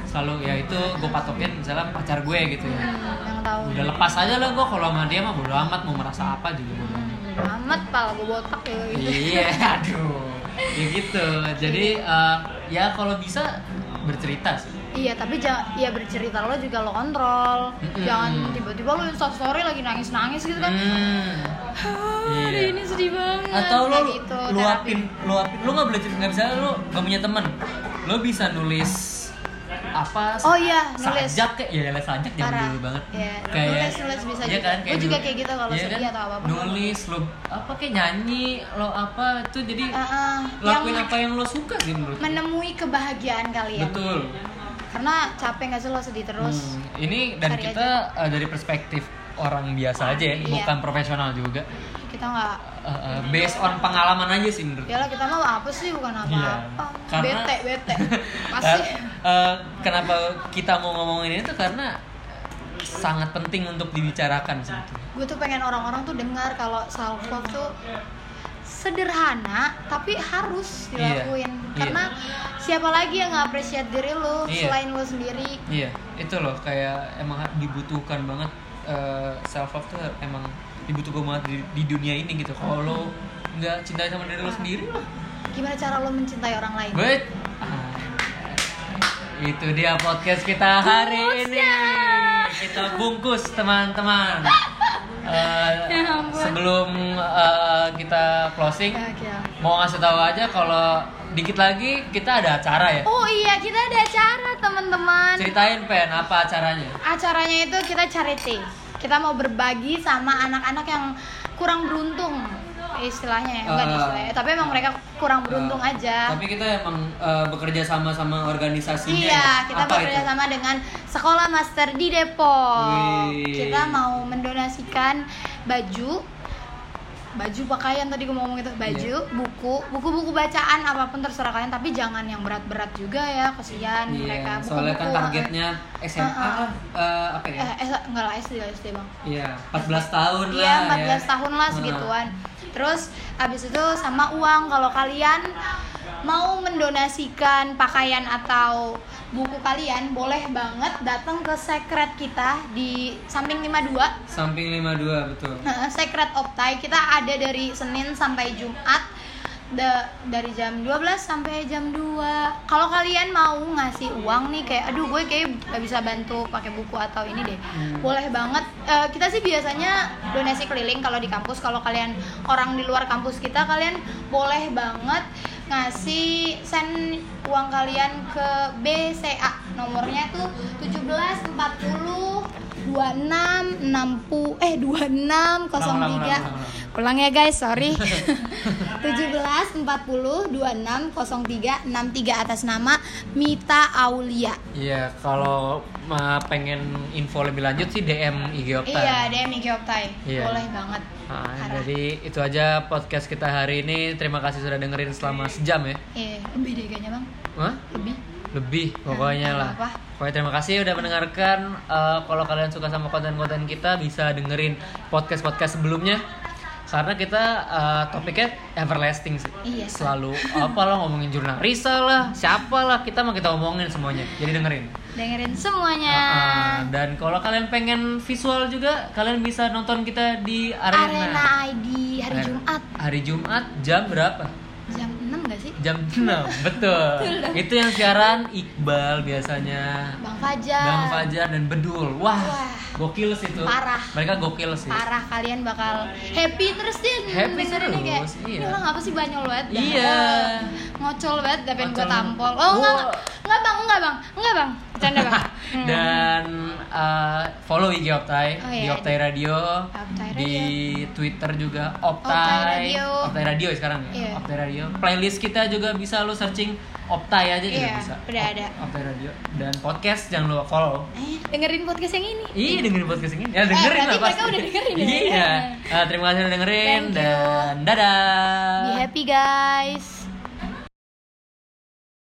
S1: selalu ya itu gue patokin misalnya pacar gue gitu ya
S2: Hmm, yang tahu.
S1: udah lepas aja lah gue kalau sama dia mah bodo amat mau merasa apa juga bodo amat
S2: Hmm, amat pal gue botak ya gitu.
S1: iya aduh ya gitu jadi eh, ya kalau bisa bercerita sih
S2: Iya, tapi jangan ya bercerita lo juga lo kontrol.
S1: Mm-mm.
S2: Jangan tiba-tiba lo instastory lagi nangis-nangis gitu kan.
S1: hmm.
S2: Hah,
S1: Iya.
S2: hari ini sedih banget.
S1: atau
S2: Kayak
S1: lo
S2: gitu,
S1: luapin
S2: terapi.
S1: luapin lo nggak boleh cerita nggak bisa lo gak punya teman lo bisa nulis apa
S2: Oh iya, nulis.
S1: sajak kayak ya nulis sajak jangan
S2: Parah.
S1: dulu banget
S2: Iya.
S1: kayak
S2: Nulis, nulis bisa
S1: iya
S2: juga.
S1: kan,
S2: Gua juga
S1: dulu-
S2: kayak gitu kalau
S1: iya
S2: sedih atau apa-apa.
S1: nulis lo apa kayak nyanyi lo apa itu jadi
S2: Ah, ah. yang
S1: lakuin apa yang lo suka sih menurut gue.
S2: menemui kebahagiaan kalian.
S1: betul
S2: Karena capek nggak sih lo sedih terus.
S1: Hmm, ini dan
S2: cari
S1: kita eh, dari perspektif orang biasa aja ya,
S2: Iya.
S1: bukan profesional juga
S2: Kita nggak
S1: Eh, eh, based on pengalaman aja sih menurut gue.
S2: ya lah kita mah apa sih bukan apa-apa.
S1: Iya. Karena-
S2: Bete, bete.
S1: Kar-
S2: Pasti.
S1: eh, kenapa kita mau ngomongin itu karena sangat penting untuk dibicarakan sebetulnya.
S2: gue tuh pengen orang-orang tuh dengar kalau self love tuh sederhana tapi harus
S1: Iya.
S2: dilakuin
S1: Iya.
S2: karena siapa lagi yang nggak appreciate diri lo
S1: Iya.
S2: selain lo sendiri
S1: Iya, itu loh kayak emang dibutuhkan banget self love tuh emang dibutuhkan banget di, di dunia ini gitu. Kalau lo nggak cintai sama diri lo sendiri,
S2: gimana cara lo mencintai orang lain
S1: Good. Ah, Itu dia podcast kita hari ini. Kita bungkus teman-teman. Eh,
S2: Ya ampun.
S1: sebelum eh, kita closing,
S2: Ya, oke.
S1: mau ngasih tahu aja kalau dikit lagi kita ada acara ya.
S2: oh kan. iya kita ada acara teman-teman
S1: Ceritain Pen apa acaranya?
S2: acaranya itu kita charity kita mau berbagi sama anak-anak yang kurang beruntung istilahnya ya bukan
S1: Ah.
S2: istilahnya tapi emang mereka kurang beruntung
S1: Eh,
S2: aja
S1: Tapi kita emang eh, bekerja sama sama organisasinya.
S2: Iya,
S1: ya?
S2: kita
S1: Apa
S2: bekerja
S1: itu?
S2: sama dengan Sekolah Master di Depok.
S1: Wih.
S2: Kita mau mendonasikan baju baju pakaian tadi gue mau ngomong itu baju
S1: Iya.
S2: buku buku buku bacaan apapun terserah kalian tapi jangan yang berat berat juga ya kasihan
S1: Iya,
S2: mereka buku
S1: soalnya kan targetnya SMA lah, eh, apa ya?
S2: eh, eh enggak lah SD lah SD bang
S1: Iya, 14 tahun lah.
S2: Iya, 14
S1: ya.
S2: tahun lah
S1: Nah.
S2: segituan. Terus abis itu sama uang kalau kalian mau mendonasikan pakaian atau buku kalian boleh banget datang ke sekret kita di samping 52
S1: Samping 52 betul.
S2: Nah, Secret Optai kita ada dari Senin sampai Jumat da- dari jam 12 sampai jam 2 kalau kalian mau ngasih uang nih kayak aduh gue kayak gak bisa bantu pakai buku atau ini deh boleh banget Eh, kita sih biasanya donasi keliling kalau di kampus kalau kalian orang di luar kampus kita kalian boleh banget ngasih send uang kalian ke BCA nomornya tuh 17 40 26 60 eh 26 03 Ulang ya guys, sorry. 17 40 26 03 63 atas nama Mita Aulia.
S1: Iya, kalau uh, pengen info lebih lanjut sih DM IG Okta.
S2: Iya, DM Iki Optai.
S1: Iya.
S2: Boleh banget.
S1: Ah,
S2: Parah.
S1: jadi itu aja podcast kita hari ini. Terima kasih sudah dengerin selama sejam ya.
S2: Eh, lebih deh kayaknya, Bang.
S1: Hah?
S2: Lebih.
S1: Lebih pokoknya
S2: Nah, nggak
S1: lah.
S2: apa-apa.
S1: Pokoknya terima kasih udah mendengarkan. Eh, kalau kalian suka sama konten-konten kita bisa dengerin podcast-podcast sebelumnya. Karena kita eh, topiknya everlasting sih.
S2: Iya.
S1: Selalu apa lah ngomongin jurnal Risa lah, siapa lah kita mau kita omongin semuanya. Jadi dengerin.
S2: Dengerin semuanya.
S1: Ah, dan kalau kalian pengen visual juga, kalian bisa nonton kita di
S2: Arena.
S1: arena.
S2: ID hari
S1: Ar-
S2: Jumat
S1: Hari Jumat jam berapa?
S2: jam 6 gak sih?
S1: Jam 6, betul. Itu yang siaran Iqbal biasanya.
S2: Bang Fajar.
S1: Nah. Bang Fajar dan Bedul. Wah,
S2: Iya. Wah.
S1: gokil sih itu.
S2: Parah.
S1: Mereka gokil sih.
S2: Parah kalian bakal happy terus deh
S1: Iya. Happy
S2: dengerinnya kayak,
S1: terus, iya.
S2: Ini orang apa sih banyol banget dah." Eh,
S1: Iya.
S2: Ngocol banget udah pengen gue
S1: Ngocol.
S2: tampol Oh enggak,
S1: Gua-
S2: enggak Enggak bang, enggak bang Enggak bang Bercanda bang Hmm.
S1: Dan eh, follow IG Optai
S2: Oh,
S1: di
S2: iya.
S1: Optai Radio,
S2: Optai
S1: di Twitter juga Optai,
S2: Optai Radio.
S1: Optai Radio sekarang ya.
S2: Iya.
S1: Optai Radio. Playlist kita juga bisa lu searching Optai aja juga
S2: Iya,
S1: bisa.
S2: udah ada.
S1: Optai Radio dan podcast jangan lupa follow.
S2: Eh, Dengerin podcast yang ini
S1: Iya dengerin podcast ini. Ya dengerin
S2: Eh,
S1: lah
S2: berarti mereka
S1: pasti.
S2: udah dengerin ya?
S1: Iya. Eh, terima kasih udah dengerin
S2: Thank you.
S1: dan dadah.
S2: Be happy guys